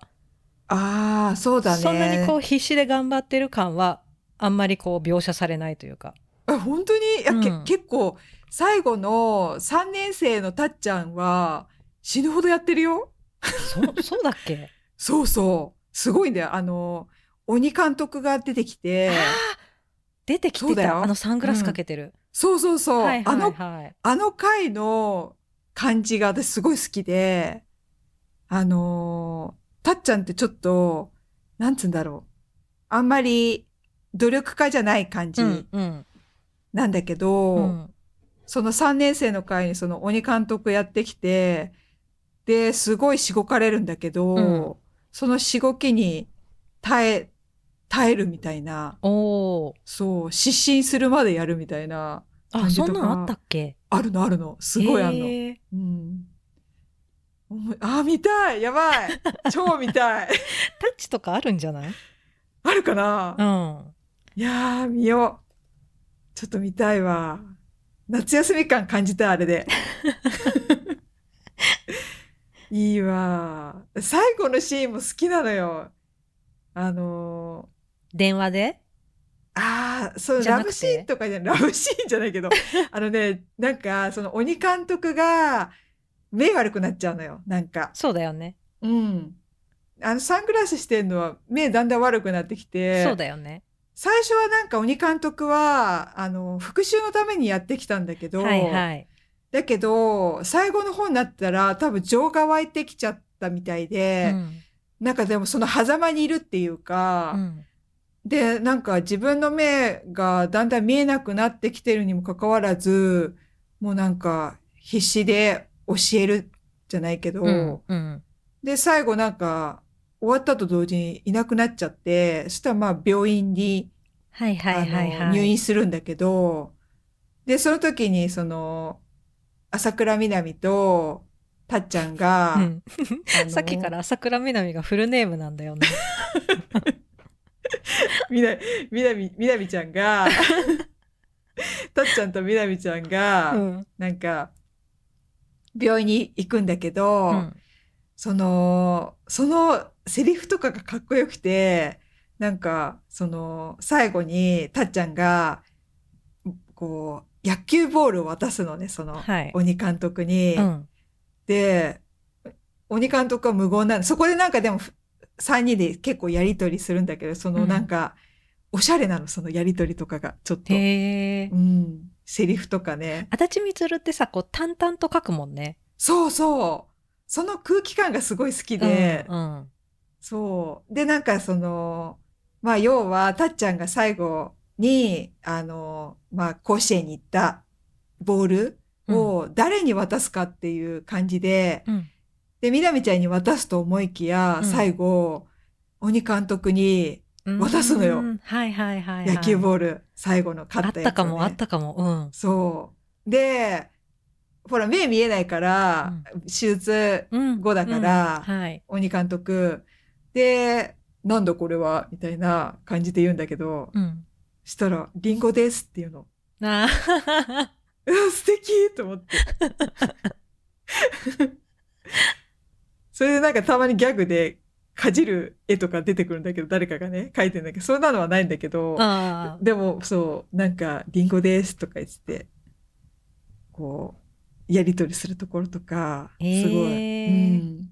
Speaker 1: ああ、そうだね。
Speaker 2: そんなにこう必死で頑張ってる感は、あんまりこう描写されないというか。
Speaker 1: あ本当にいや、
Speaker 2: うん
Speaker 1: け結構、最後の3年生のたっちゃんは死ぬほどやってるよ。
Speaker 2: そ、 そうだっけ
Speaker 1: そうそう。すごいんだよ。あの、鬼監督が出てきて
Speaker 2: あ、ー出てき
Speaker 1: そ
Speaker 2: て
Speaker 1: うだよ
Speaker 2: た。あのサングラスかけてる。
Speaker 1: そうそうそう。
Speaker 2: はいはい
Speaker 1: あの
Speaker 2: はい。
Speaker 1: あの回の感じが私すごい好きで、あのーたっちゃんってちょっと、なんつうんだろう。あんまり努力家じゃない感じ
Speaker 2: うんうん
Speaker 1: なんだけ
Speaker 2: う
Speaker 1: ど、
Speaker 2: ん
Speaker 1: その3年生の回にその鬼監督やってきて、で、すごいしごかれるんだけど、
Speaker 2: うん
Speaker 1: そのしごきに耐え、耐えるみたいな、
Speaker 2: おー
Speaker 1: そう、失神するまでやるみたいな、
Speaker 2: あ
Speaker 1: 感じ
Speaker 2: そ
Speaker 1: と
Speaker 2: ん
Speaker 1: か
Speaker 2: なんあったっけ
Speaker 1: あるのあるの、すごいあるの。
Speaker 2: へー
Speaker 1: うん。おもあー、見たいやば い超見たい
Speaker 2: タッチとかあるんじゃない
Speaker 1: あるかな、
Speaker 2: うん
Speaker 1: いやー、見よう。ちょっと見たいわ。夏休み感感じた、あれ で。いいわ。最後のシーンも好きなのよ。あの
Speaker 2: 電話で
Speaker 1: ー、ああ、そう、
Speaker 2: じゃ
Speaker 1: ラ
Speaker 2: なくて
Speaker 1: ブシーンとかじゃ、ラブシーンじゃない けど、あのね、なんか、その鬼監督が、目悪くなっちゃうのよ、なんか。
Speaker 2: そうだよね
Speaker 1: うん。あの、サングラスしてんのは目だんだん悪くなってきて、
Speaker 2: そうだよね
Speaker 1: 最初はなんか鬼監督は、あの、復讐のためにやってきたんだけど、
Speaker 2: はいはい
Speaker 1: だけど、最後の方になったら多分情が湧いてきちゃったみたいうで、
Speaker 2: ん
Speaker 1: なんかでもその狭間にいるっていうか、
Speaker 2: うん
Speaker 1: で、なんか自分の目がだんだん見えなくなってきてるにもかかわらず、もうなんか必死で教えるじゃないけど、
Speaker 2: うんうん
Speaker 1: で、最後なんか、終わったと同時にいなくなっちゃって、そしたらまあ病院に、
Speaker 2: はいはいはい
Speaker 1: あの
Speaker 2: は
Speaker 1: 入
Speaker 2: い
Speaker 1: 院するんだけど、で、その時にその、朝倉みなみと、たっちゃんが、
Speaker 2: うん
Speaker 1: あの
Speaker 2: さっきから朝倉みなみがフルネームなんだよね
Speaker 1: みな、みなみ、みなみちゃん が、たっちゃんとみなみちゃんが、
Speaker 2: うん
Speaker 1: なんか、病院に行くんだけど、
Speaker 2: うん
Speaker 1: その、そのセリフとかがかっこよくて、なんか、その、最後に、たっちゃんが、こう、野球ボールを渡すのね、その、
Speaker 2: はい
Speaker 1: 鬼監督に。
Speaker 2: うん
Speaker 1: で、鬼監督は無言なの。そこでなんかでも、3人で結構やりとりするんだけど、その
Speaker 2: うん
Speaker 1: なんか、おしゃれなの、そのやりとりとかが、ちょっと。
Speaker 2: へえ
Speaker 1: うん。セリフとかね。
Speaker 2: 足立みつるってさこう淡々と書くもんね
Speaker 1: そうそう。その空気感がすごい好きで、
Speaker 2: うんうん
Speaker 1: そう。で、なんかその、まあ要は、たっちゃんが最後に、あの、まあ甲子園に行ったボールを誰に渡すかっていう感じで、
Speaker 2: うん
Speaker 1: で、みなみちゃんに渡すと思いきや、
Speaker 2: うん
Speaker 1: 最後、鬼監督に
Speaker 2: うん
Speaker 1: 渡すのよ
Speaker 2: うんはいはいはい、はい。
Speaker 1: 野球ボール、最後の勝
Speaker 2: あ
Speaker 1: っ
Speaker 2: ったた
Speaker 1: やつ
Speaker 2: か
Speaker 1: をね、
Speaker 2: も、あったかも。うん。
Speaker 1: そう。で、ほら、目見えないから、手術
Speaker 2: うん、
Speaker 1: 後だから、
Speaker 2: うんはい、
Speaker 1: 鬼監督。で、なんだこれはみたいな感じで言うんだけど、
Speaker 2: うん、
Speaker 1: したら、リンゴですっていうの。
Speaker 2: あー
Speaker 1: うわ素敵と思って。 それでなんかたまにギャグでかじる絵とか出てくるんだけど、誰かがね、描いてんだけど、そんなのはないんだけど、
Speaker 2: あー
Speaker 1: でもそう、なんか、リンゴですとか言ってて、こう、やりとりするところとか、すごい。
Speaker 2: へー
Speaker 1: うん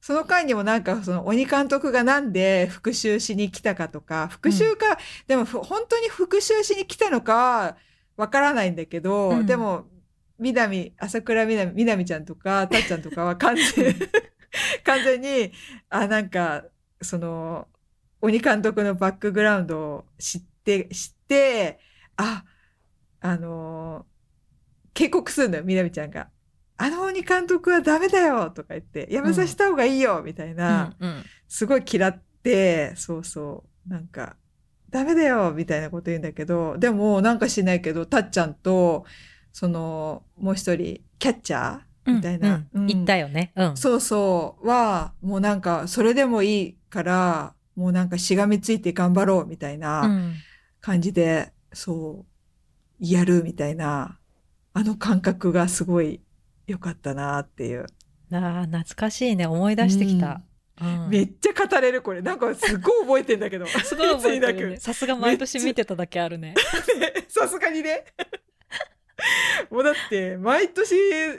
Speaker 1: その回にもなんか、その鬼監督がなんで復讐しに来たかとか、復讐か、でもふ本当に復讐しに来たのかはわからないんだけど、
Speaker 2: うん
Speaker 1: でも、南、朝倉南、南ちゃんとか、たっちゃんとかは完全 に、完全に、あ、なんか、その、鬼監督のバックグラウンドを知って、知って、あ、あのー警告するのよ、みなみちゃんが。あの鬼監督はダメだよとか言って、やめさせた方がいいよ、みたいな、
Speaker 2: うんうん
Speaker 1: すごい嫌って、そうそう、なんか、ダメだよみたいなこと言うんだけど、でも、なんかしないけど、たっちゃんと、その、もう一人、キャッチャーみたいな。
Speaker 2: うんうん
Speaker 1: うん
Speaker 2: 言ったよね。うん。
Speaker 1: そうそうは、もうなんか、それでもいいから、もうなんかしがみついて頑張ろうみたい
Speaker 2: うん
Speaker 1: な感じで、そう、やるみたいな、あの感覚がすごい良かったなっていう。
Speaker 2: あー懐かしいね。思い出してきた。
Speaker 1: う。
Speaker 2: うんん
Speaker 1: めっちゃ語れるこれ。なんかすごい覚えてんだ けど。
Speaker 2: すごい覚えてる
Speaker 1: い
Speaker 2: ね。
Speaker 1: つ
Speaker 2: さすが毎年見てただけある ね。
Speaker 1: になくねさすがにね。 もうだって、毎年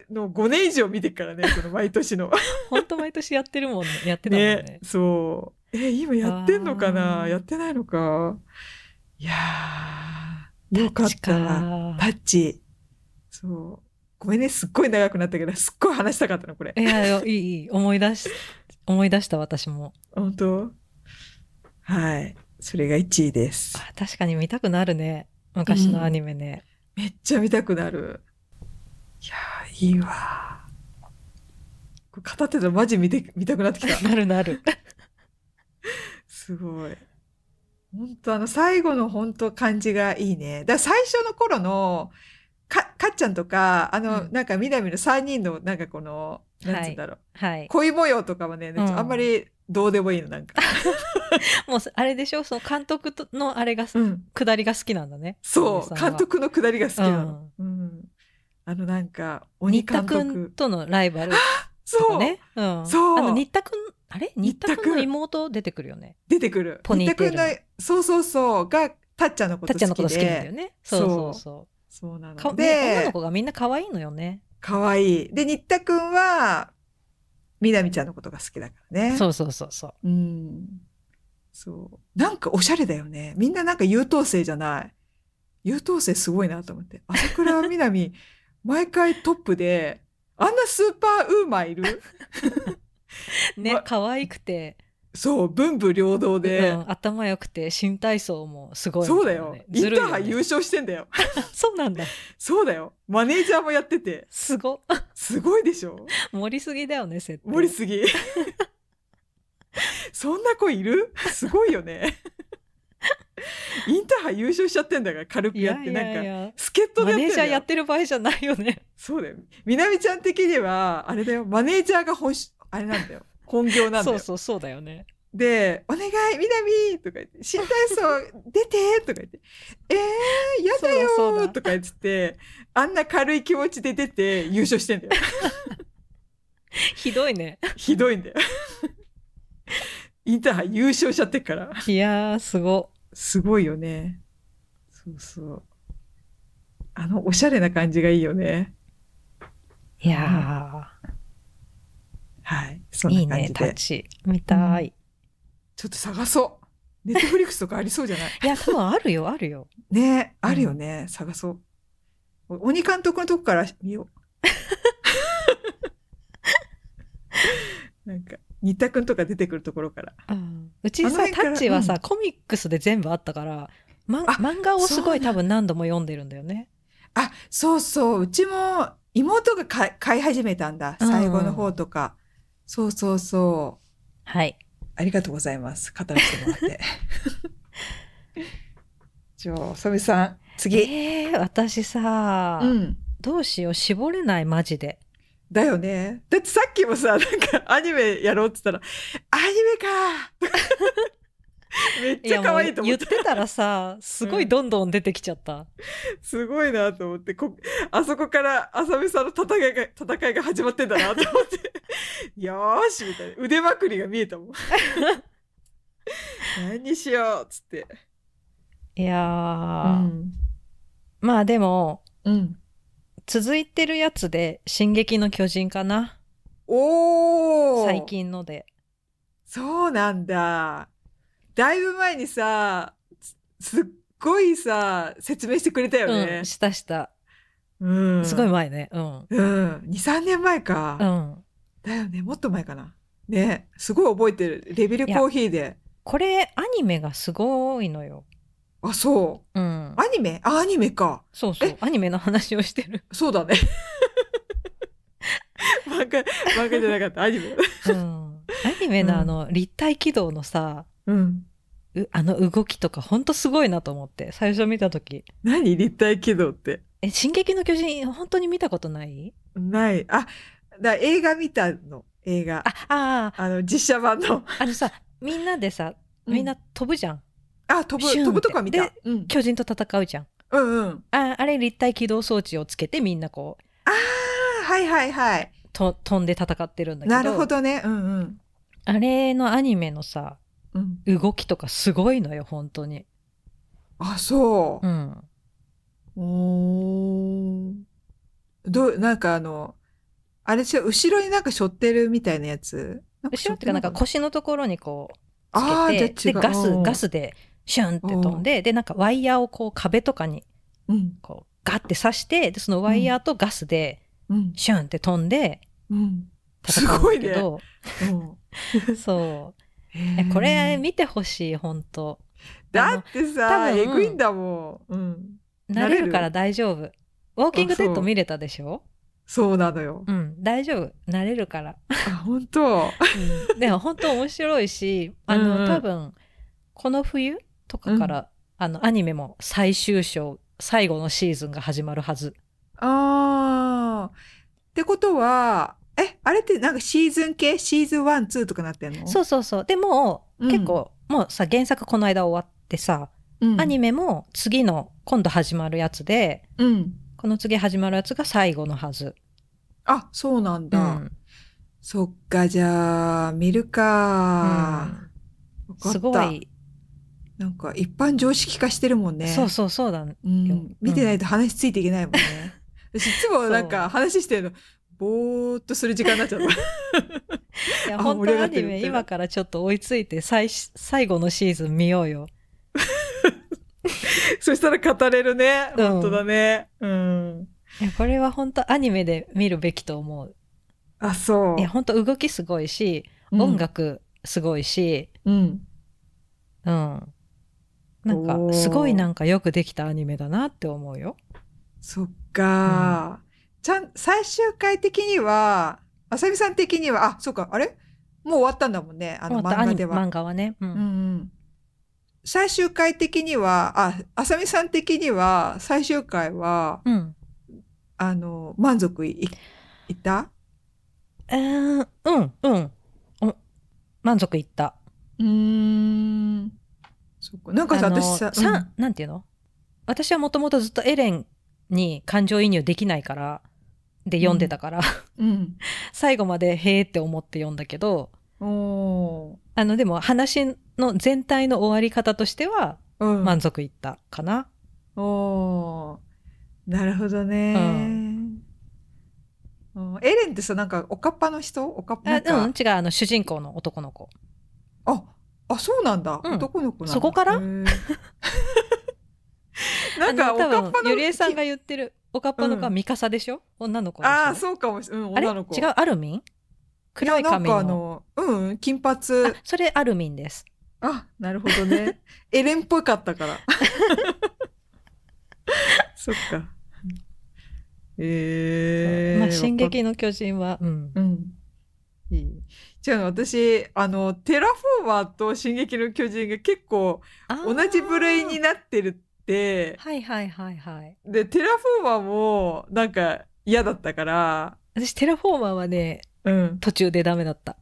Speaker 1: の5年以上見てっからね、この毎年 の。
Speaker 2: ほんと毎年やってるもんね。やってたもんね。
Speaker 1: ね、そう。え、今やってんのか
Speaker 2: あ
Speaker 1: な
Speaker 2: ー
Speaker 1: やってないのかいやー、よかっ
Speaker 2: 確
Speaker 1: たわ。
Speaker 2: か
Speaker 1: パッチ。そう。ごめんね、すっごい長くなったけど、すっごい話したかったの、これ
Speaker 2: い。や、いい、いい。思い出し、思い出した私も。
Speaker 1: 本当はい。それが1位です。
Speaker 2: あ確かに見たくなるね。昔のアニメね。
Speaker 1: めっちゃ見たくなる。いやー、いいわ。これ語ってたらマジ見て、見たくなって きた。
Speaker 2: なる なる。
Speaker 1: すごい。本当あの、最後の本当感じがいいね。だから最初の頃の、か、かっちゃんとか、あの、
Speaker 2: うん
Speaker 1: なんか、みなみの3人の、なんかこの、なんつうんだろう、
Speaker 2: はい。
Speaker 1: 恋模様とかはね、
Speaker 2: ん
Speaker 1: あんまりどうでもいいの、なん か。
Speaker 2: もう、あれでしょその監督とのあれが、
Speaker 1: うん。
Speaker 2: 下りが好きなんだね。
Speaker 1: そう、
Speaker 2: 小栗さんは
Speaker 1: 監。督のくだりが好きなの。うん。あの、なんか、鬼
Speaker 2: 新田
Speaker 1: 監
Speaker 2: くん
Speaker 1: 督。
Speaker 2: とのライバルと
Speaker 1: そ
Speaker 2: か
Speaker 1: う、
Speaker 2: ね。うん。
Speaker 1: そう
Speaker 2: あの、新田くん、あれ
Speaker 1: 新
Speaker 2: 新
Speaker 1: 田
Speaker 2: 田
Speaker 1: くん
Speaker 2: くんの妹出てくるよね。
Speaker 1: 出てくる。
Speaker 2: ポニーテール
Speaker 1: 新田くんのそうそうそう、が、たっちゃんのこ
Speaker 2: た
Speaker 1: と
Speaker 2: っちゃんのこと
Speaker 1: 好
Speaker 2: 好
Speaker 1: き
Speaker 2: きなんだよ
Speaker 1: で。
Speaker 2: ね。
Speaker 1: そう
Speaker 2: そうそうそ
Speaker 1: そうな
Speaker 2: う。か
Speaker 1: の。
Speaker 2: ね女
Speaker 1: で
Speaker 2: の、子がみんな可愛いのよね。
Speaker 1: かわいい。で、新田くんは、みなみちゃんのことが好きだからね。
Speaker 2: そうそうそうそう。
Speaker 1: う。ん。そう。なんかおしゃれだよね。みんななんか優等生じゃない。優等生すごいなと思って。朝倉みなみ、 毎回トップで、あんなスーパーウーマンいる
Speaker 2: ね
Speaker 1: ま、
Speaker 2: 可愛くて、
Speaker 1: そう、文武両道で。
Speaker 2: うん、頭良くて、新体操もすごいみ
Speaker 1: そう
Speaker 2: た
Speaker 1: だ
Speaker 2: いな
Speaker 1: よ
Speaker 2: ね。
Speaker 1: イ
Speaker 2: ず
Speaker 1: ン
Speaker 2: る
Speaker 1: タ
Speaker 2: い
Speaker 1: ー
Speaker 2: よ
Speaker 1: ハイ優
Speaker 2: ね。
Speaker 1: 勝してんだよ。
Speaker 2: そうなんだ。
Speaker 1: そうだよ。マネージャーもやってて。
Speaker 2: すご。
Speaker 1: すごいでしょ
Speaker 2: 盛りすぎだよね、設定。
Speaker 1: 盛りすぎ。そんな子いるすごいよね。インターハイ優勝しちゃってんだから、軽く
Speaker 2: い
Speaker 1: やっ
Speaker 2: や
Speaker 1: て。
Speaker 2: いやい
Speaker 1: なんか、
Speaker 2: や。
Speaker 1: 助っ人
Speaker 2: マ
Speaker 1: でやってん
Speaker 2: ネージャ
Speaker 1: だ
Speaker 2: ーや
Speaker 1: よ
Speaker 2: っ。てる場合じゃないよね。
Speaker 1: そうだよ。みなみちゃん的には、あれだよ、マネージャーが本し、あれなんだよ。本業なんだ
Speaker 2: そう
Speaker 1: よ。
Speaker 2: そうそうだよね。
Speaker 1: で、お願い、みなみとか言って、新体操出てとか言って、えー、やだよ
Speaker 2: そうだそうだ
Speaker 1: とか言ってて、あんな軽い気持ちで出て優勝してんだよ。
Speaker 2: ひど いね。
Speaker 1: ひどいんだよ。インターハイ優勝しちゃってっから。
Speaker 2: いやー、すご。
Speaker 1: すごいよね。そうそう。あの、おしゃれな感じがいいよね。
Speaker 2: いや
Speaker 1: はい。そ
Speaker 2: ー、
Speaker 1: ん
Speaker 2: いい
Speaker 1: な感じ
Speaker 2: ね、
Speaker 1: で。
Speaker 2: タッチ。見たい。
Speaker 1: ちょっと探そう。ネットフリックスとかありそうじゃない
Speaker 2: いや、多分あるよ、あるよ。
Speaker 1: ねあるよね。探そう。お鬼監督のとこ から見よう。なんか、新田くんとか出てくるところから。
Speaker 2: うんうち
Speaker 1: あの
Speaker 2: さ
Speaker 1: 辺
Speaker 2: タ
Speaker 1: から
Speaker 2: ッチはさ、
Speaker 1: うん
Speaker 2: コミックスで全部あったから、ま、
Speaker 1: あ
Speaker 2: 漫画をすごい
Speaker 1: そうだ
Speaker 2: 多分何度も読んでるんだよね。
Speaker 1: あ、そうそう、うちも妹がか買い始めたんだ。
Speaker 2: うん
Speaker 1: 最後の方とか。そうそうそ
Speaker 2: はい。
Speaker 1: う。ありがとうございます。語らせてもら って。じゃあ、ソミさん、次。
Speaker 2: えー、私さ、
Speaker 1: うん。
Speaker 2: どうしよう絞れないマジで。
Speaker 1: だよね。だってさっきもさ、なんかアニメやろうって言ったら、アニメ かめっちゃ可愛いと思
Speaker 2: 言
Speaker 1: っ。
Speaker 2: っててたらさすごいどんどん出てきちゃった。
Speaker 1: すごいなと思って、こあそこから浅見さんの戦いが、戦いが始まってんだなと思 って、よーしみたいな。腕まくりが見えたもん。何しようっつって。
Speaker 2: いや
Speaker 1: う
Speaker 2: ー、
Speaker 1: ん。
Speaker 2: まあでも
Speaker 1: うん。
Speaker 2: 続いてるやつで「進撃の巨人」かな
Speaker 1: おー
Speaker 2: 最。近ので。
Speaker 1: そうなんだ。だいぶ前にさ、すすっごいさ、説明してくれたよね
Speaker 2: うん、。したした。
Speaker 1: うん。
Speaker 2: すごい前ね。うん。
Speaker 1: うん。2、3年前
Speaker 2: う
Speaker 1: か。
Speaker 2: ん。
Speaker 1: だよね。もっと前かな。ね。すごい覚えてる。レベルコーヒーで。
Speaker 2: これアニメがすごいのよ。
Speaker 1: あ、そう。
Speaker 2: うん。
Speaker 1: アニメあ、アニメか。
Speaker 2: そうそう
Speaker 1: え。
Speaker 2: アニメの話をしてる。
Speaker 1: そう だね。漫画、漫画じゃなかった。アニメ。
Speaker 2: うん。アニメのあの立体軌道のさ、
Speaker 1: うん。
Speaker 2: うあの動きとかほんとすごいなと思って最初見た時
Speaker 1: 何立体軌道って。
Speaker 2: え「進撃の巨人」本当に見たことない
Speaker 1: ない。あ、だ映画見たの。映画
Speaker 2: あ。あ
Speaker 1: あの、実写版の。
Speaker 2: ーあの さみんなでさみんな飛ぶじゃん、
Speaker 1: あ、飛ぶ、
Speaker 2: シュンって
Speaker 1: 飛ぶとか見た
Speaker 2: で。
Speaker 1: うん。
Speaker 2: 巨人と戦うじゃん
Speaker 1: うんうん。
Speaker 2: ああれ立体起動装置をつけてみんなこう
Speaker 1: ああ、はいはいはい。
Speaker 2: と飛んで戦ってるんだけど
Speaker 1: なるほどね。うんうん。
Speaker 2: あれのアニメのさ
Speaker 1: うん、
Speaker 2: 動きとかすごいのよ本当に
Speaker 1: あ、そう
Speaker 2: う。ん
Speaker 1: おーどう、なんかあの、あれ違う、後ろになんか背負ってるみたいなやつ
Speaker 2: 後ろっていうかなんか腰のところにこうつ
Speaker 1: あー
Speaker 2: け
Speaker 1: じ
Speaker 2: て
Speaker 1: ゃあ違う
Speaker 2: でガス
Speaker 1: うん
Speaker 2: ガスでシュンって飛んででなんかワイヤーをこう壁とかに
Speaker 1: うん、
Speaker 2: こうガッて刺してでそのワイヤーとガスで
Speaker 1: うん、
Speaker 2: シュンって飛んで
Speaker 1: うん。
Speaker 2: 戦うんだけ
Speaker 1: す
Speaker 2: ど、
Speaker 1: うん
Speaker 2: そう
Speaker 1: へ
Speaker 2: え
Speaker 1: ー
Speaker 2: これ見てほしい本当
Speaker 1: だってさ、
Speaker 2: あの
Speaker 1: え
Speaker 2: 多分
Speaker 1: ぐいんだもん。うん。
Speaker 2: 慣
Speaker 1: 慣れ
Speaker 2: れ
Speaker 1: る
Speaker 2: るから大丈夫ウォーキングデッ
Speaker 1: あそ
Speaker 2: ド
Speaker 1: う
Speaker 2: 見れたでしょ
Speaker 1: そうなの よ。
Speaker 2: うん大丈夫慣れ るから、
Speaker 1: あ、本当。
Speaker 2: うん、でも本当面白いしあ
Speaker 1: うんう
Speaker 2: の
Speaker 1: ん
Speaker 2: 多分この冬とかから、あのアニメも最終章最後のシーズンが始まるはず
Speaker 1: あー。ってことは、え、あれってなんかシーズン系シーズン1、2とかなってんの、
Speaker 2: そううそうそうでも
Speaker 1: うん
Speaker 2: 結構、もうさ原作この間終わってさ、
Speaker 1: うん、
Speaker 2: アニメも次の今度始まるやつで
Speaker 1: うん。
Speaker 2: この次始まるやつが最後のはず、
Speaker 1: あ、そうなんだ。
Speaker 2: うん
Speaker 1: そっか、じゃあ、見るか。わかった
Speaker 2: すごい、
Speaker 1: なんか、一般常識化してるもんね。
Speaker 2: そうそうそうだね
Speaker 1: うん。見てないと話ついていけないもんね。私、いつもなん
Speaker 2: そ
Speaker 1: か話してるの、ぼーっとする時間に なっちゃった。
Speaker 2: いや
Speaker 1: あ
Speaker 2: 本
Speaker 1: 盛り上
Speaker 2: 当
Speaker 1: が
Speaker 2: ア
Speaker 1: って
Speaker 2: ニ
Speaker 1: る
Speaker 2: メ今からちょっと追いついて最し最後のシーズン見ようよ
Speaker 1: そしたら語れるね。
Speaker 2: うん
Speaker 1: 本当だね。うん。
Speaker 2: いやこれは本当アニメで見るべきと思う
Speaker 1: あ、そう
Speaker 2: いや。本当動きすごいし、
Speaker 1: うん
Speaker 2: 音。楽すごいし
Speaker 1: うん。
Speaker 2: うんなん
Speaker 1: お
Speaker 2: か
Speaker 1: ー
Speaker 2: すごいなんかよくできたアニメだなって思うよ
Speaker 1: そっか。ちゃん、最終回的には、あさみさん的には、あ、そうか、あれもう終わったんだもんね。あの
Speaker 2: また
Speaker 1: 漫
Speaker 2: ア
Speaker 1: 画
Speaker 2: ニ
Speaker 1: で
Speaker 2: メ
Speaker 1: は。
Speaker 2: 漫画はね、うん
Speaker 1: うんうん最終回的には、あ、あさみさん的には、最終回は、
Speaker 2: うん
Speaker 1: あの、満足いいいった
Speaker 2: えーうんうんお満足いった
Speaker 1: うーん。そっか。なんかさ、
Speaker 2: あの
Speaker 1: 私さ、
Speaker 2: さなんていうの私はもともとずっとエレンに感情移入できないからで読んでたから、
Speaker 1: うん。
Speaker 2: 最後までへーって思って読んだけど
Speaker 1: うん、お
Speaker 2: あのでも話の全体の終わり方としては
Speaker 1: ー。うん。
Speaker 2: 満足いったかな、
Speaker 1: おーなるほどね、
Speaker 2: う
Speaker 1: うんエレンってさなんかおかっぱの人おかっぱなん
Speaker 2: あ
Speaker 1: か
Speaker 2: うん違うあの主人公の男の子
Speaker 1: ああそうなんだ、
Speaker 2: うん
Speaker 1: 男の子なんだ
Speaker 2: そこから
Speaker 1: へーなんか
Speaker 2: あ
Speaker 1: お
Speaker 2: の
Speaker 1: か
Speaker 2: 多
Speaker 1: っ
Speaker 2: 分
Speaker 1: ぱの
Speaker 2: ゆりえさんが言ってるおかっぱの子
Speaker 1: う
Speaker 2: は
Speaker 1: ん
Speaker 2: ミカサでしょ、女の子でしょ
Speaker 1: ああそうかもしれうん
Speaker 2: あれ
Speaker 1: 女の子
Speaker 2: 違うアルミン黒い
Speaker 1: やなん
Speaker 2: 髪
Speaker 1: か
Speaker 2: の
Speaker 1: あの、うん、金髪。
Speaker 2: あそれアルミンです
Speaker 1: あ、なるほどね。エレンっぽかったから。 そっか。ええー。
Speaker 2: まあ、
Speaker 1: わか
Speaker 2: 進撃の巨人は、うん、
Speaker 1: うん。いい。違うの、私、あの、テラフォーマーと進撃の巨人が結構
Speaker 2: あー
Speaker 1: 同じ部類になってるって、
Speaker 2: はいはいはいはい
Speaker 1: で、テラフォーマーもなんか嫌だったから、
Speaker 2: 私テラフォーマーはね
Speaker 1: うん。
Speaker 2: 途中でダメだった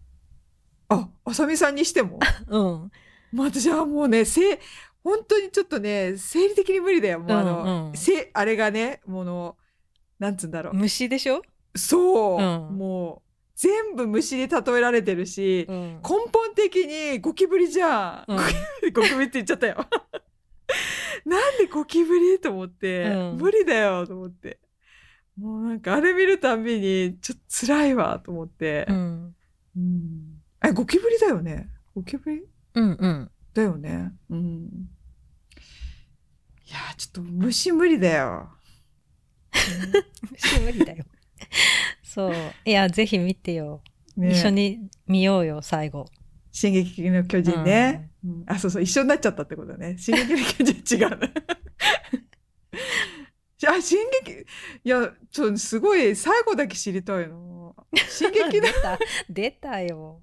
Speaker 1: あ、あさみさんにしても
Speaker 2: うん
Speaker 1: まあ私はもうね、せい、本当にちょっとね、生理的に無理だよ。もうあの、
Speaker 2: うんうん
Speaker 1: せ、あれがね、もの、なんつうんだろう。
Speaker 2: 虫でしょ、
Speaker 1: そう、
Speaker 2: うん
Speaker 1: もう、全部虫に例えられてるし、
Speaker 2: うん
Speaker 1: 根本的にゴキブリじゃん。
Speaker 2: うん
Speaker 1: ゴキ ゴキブリって言っちゃったよ。 なんでゴキブリと思って、
Speaker 2: うん
Speaker 1: 無理だよと思って。もうなんかあれ見るたんびに、ちょっと辛いわと思って。
Speaker 2: うん、
Speaker 1: うんえ、ゴキブリだよね。ゴキブリ
Speaker 2: うんうん
Speaker 1: だよね。うん。いやー、ちょっと虫無理だよ。
Speaker 2: 虫無理だよそういやぜひ見てよ、
Speaker 1: ね
Speaker 2: 一緒。に見ようよ最後
Speaker 1: 進撃の巨人ね、うんあ、そうそう、一緒になっちゃったってこと ね。進撃の巨人違うね。 あ、進撃、いや、ちょ、すごい、最後だけ知りたいな。進撃
Speaker 2: 出
Speaker 1: の、
Speaker 2: た出たよ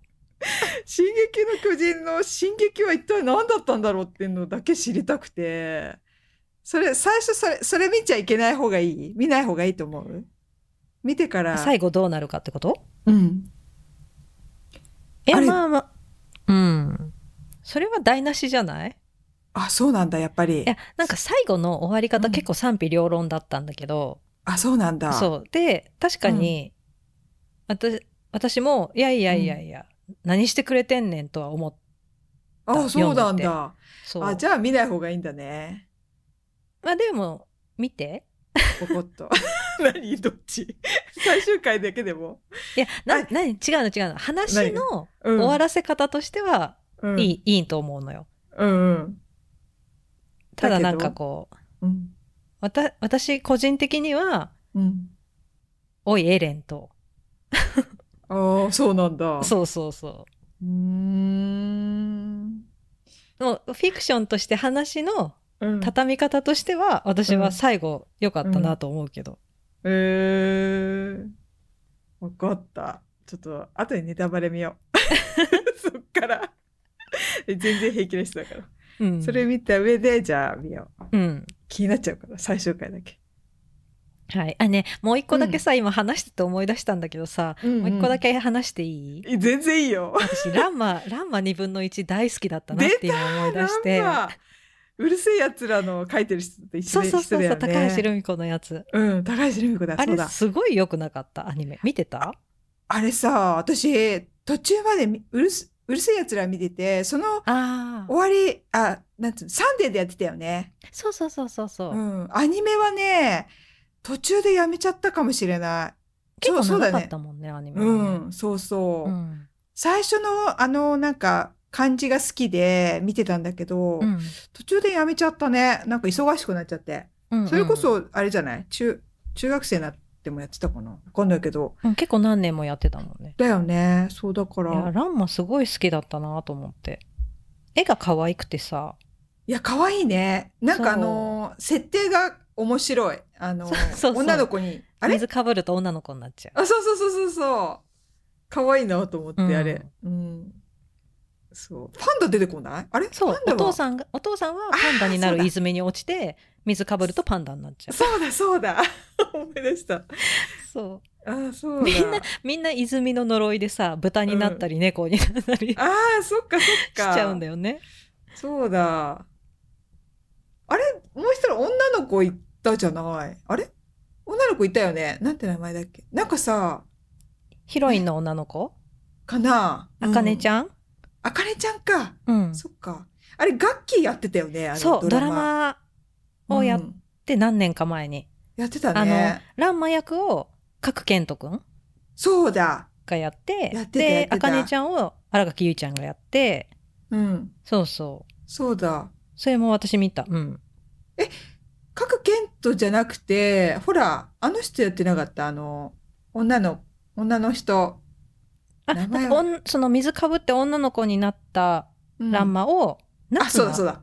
Speaker 1: 進撃の巨人の進撃は一体何だったんだろうっていうのだけ知りたくて。それ、最初それ、それ見ちゃいけない方がいい見ない方がいいと思う見てから。
Speaker 2: 最後どうなるかってこと
Speaker 1: うん。
Speaker 2: え
Speaker 1: あれ
Speaker 2: まあまあうんそれは台無しじゃない
Speaker 1: あ、そうなんだ、やっぱり
Speaker 2: い。やなんか最後の終わり
Speaker 1: う
Speaker 2: 方
Speaker 1: ん
Speaker 2: 結構賛否両論だったんだけど、
Speaker 1: あ、そうなんだ。
Speaker 2: そうで確かに、私私もいやいやいやいや、何してくれてんねんとは思っ
Speaker 1: あ、そうなんだ。
Speaker 2: そう
Speaker 1: あ、じゃあ見ない方がいいんだね。
Speaker 2: まあでも見て
Speaker 1: ポコッと。 何どっち最終回だけでも。
Speaker 2: いやな
Speaker 1: はい
Speaker 2: 何違うの違うの話の
Speaker 1: うん、
Speaker 2: 終わらせ方としては
Speaker 1: うん
Speaker 2: いい,、。いいと思うのよ
Speaker 1: うんうん。
Speaker 2: ただ
Speaker 1: だ
Speaker 2: な
Speaker 1: けど
Speaker 2: んかこう
Speaker 1: うん。
Speaker 2: わた私個人的には
Speaker 1: うん。
Speaker 2: 「おいエレンと
Speaker 1: ああ、そうなんだ。」。
Speaker 2: そうそうそう
Speaker 1: うーん。
Speaker 2: うもうフィクションとして話の
Speaker 1: うん、
Speaker 2: 畳み方としては私は最後良かったなと思うけど、
Speaker 1: えー。わかった。ちょっと、後にネタバレ見よ う。そっから。全然平気な人だから。
Speaker 2: うん
Speaker 1: それ見た上で、じゃあ見よう。
Speaker 2: うん
Speaker 1: 気になっちゃうから、最終回だけ。
Speaker 2: はいあねもう一個だけさ、今話してて思い出したんだけどさ、
Speaker 1: も
Speaker 2: もう一個だけ話していい
Speaker 1: 全然いいよ。
Speaker 2: 私ラン マランマ2分の1大好きだったなっていうのを思い出して
Speaker 1: なんかうるせえやつらの書いてる人と一緒
Speaker 2: そうそうそうそ
Speaker 1: 人
Speaker 2: う、
Speaker 1: だよね
Speaker 2: 高橋留美子のやつ
Speaker 1: うん、高橋留美子だ。
Speaker 2: あ
Speaker 1: そう
Speaker 2: れ
Speaker 1: だ。
Speaker 2: すごい良くなかったアニメ見てた
Speaker 1: あれさ、私、途中までみうるすうるせえやつら見てて、その
Speaker 2: あ
Speaker 1: 終わり、あ、なんつうの、サンデーでやってたよね。
Speaker 2: そうそうそうそうそう、
Speaker 1: うん。アニメはね、途中でやめちゃったかもしれない。
Speaker 2: 結構
Speaker 1: そう
Speaker 2: 長か
Speaker 1: そうだ
Speaker 2: った
Speaker 1: ね。
Speaker 2: もんねアニメ
Speaker 1: う
Speaker 2: はね、
Speaker 1: ん、そうそう。
Speaker 2: うん
Speaker 1: 最初の、あの、なんか、感じが好きで見てたんだけど、
Speaker 2: うん
Speaker 1: 途中でやめちゃったね。なんか忙しくなっちゃって。
Speaker 2: うん
Speaker 1: それこ、そ、あれじゃない中、中学生になってもやってたかなわかんないけど。
Speaker 2: うん結構何年もやってたもんね
Speaker 1: だよね。そうだか
Speaker 2: いや
Speaker 1: ら。
Speaker 2: ランマすごい好きだったなと思って絵が可愛くてさ
Speaker 1: いや、可愛いね。なんかあ
Speaker 2: そう
Speaker 1: のー、設定が面白い。あのー、
Speaker 2: そうそうそう
Speaker 1: 女の子に。あれ
Speaker 2: 水かぶると女の子になっちゃう
Speaker 1: あ、そうそうそうそうそう。可愛いなと思って、
Speaker 2: うん
Speaker 1: あれ。うん。そう。パンダ出てこないあれ
Speaker 2: そう
Speaker 1: パンダ
Speaker 2: お
Speaker 1: は
Speaker 2: 父さんがお父さんはパンダにな
Speaker 1: あーそうだ
Speaker 2: る泉に落ちて水かぶるとパンダになっちゃう
Speaker 1: そうだ、そうだ。 思い出した。
Speaker 2: そう
Speaker 1: あ、そうだ。
Speaker 2: みんなみんな泉の呪いでさ豚になったり猫になったり、し
Speaker 1: ああ、そっか、そっ
Speaker 2: ち
Speaker 1: か。
Speaker 2: ゃうんだよね
Speaker 1: そうだ。あれもう一人女の子いたじゃないあれ女の子いたよねなんて名前だっけなんかさ、
Speaker 2: ヒロインの女の子
Speaker 1: かな
Speaker 2: あかねち
Speaker 1: ん。
Speaker 2: ゃん
Speaker 1: あかねちゃんか。
Speaker 2: うん
Speaker 1: そっか。あれ、ガッキーやってたよねあの
Speaker 2: そうド
Speaker 1: ドラ
Speaker 2: ラ
Speaker 1: マ。
Speaker 2: マをやっ
Speaker 1: うん
Speaker 2: て何年か前に、
Speaker 1: やってた
Speaker 2: あの
Speaker 1: ね。
Speaker 2: ランマ役を角健人くん
Speaker 1: そうだ。
Speaker 2: がやって
Speaker 1: やってたやっ
Speaker 2: で
Speaker 1: てた
Speaker 2: あかねちゃんを新垣結衣ちゃんがやって
Speaker 1: うん。
Speaker 2: そうそう
Speaker 1: そうだ。
Speaker 2: それも私見たうん
Speaker 1: 賀来賢人じゃなくて、ほら、あの人やってなかったあの、女の、女の人。
Speaker 2: あ
Speaker 1: 名
Speaker 2: な
Speaker 1: 前は
Speaker 2: んかおんその水かぶって女の子になった
Speaker 1: うん
Speaker 2: ランマを、ナ
Speaker 1: あ、
Speaker 2: ツナ
Speaker 1: そうだそうだ。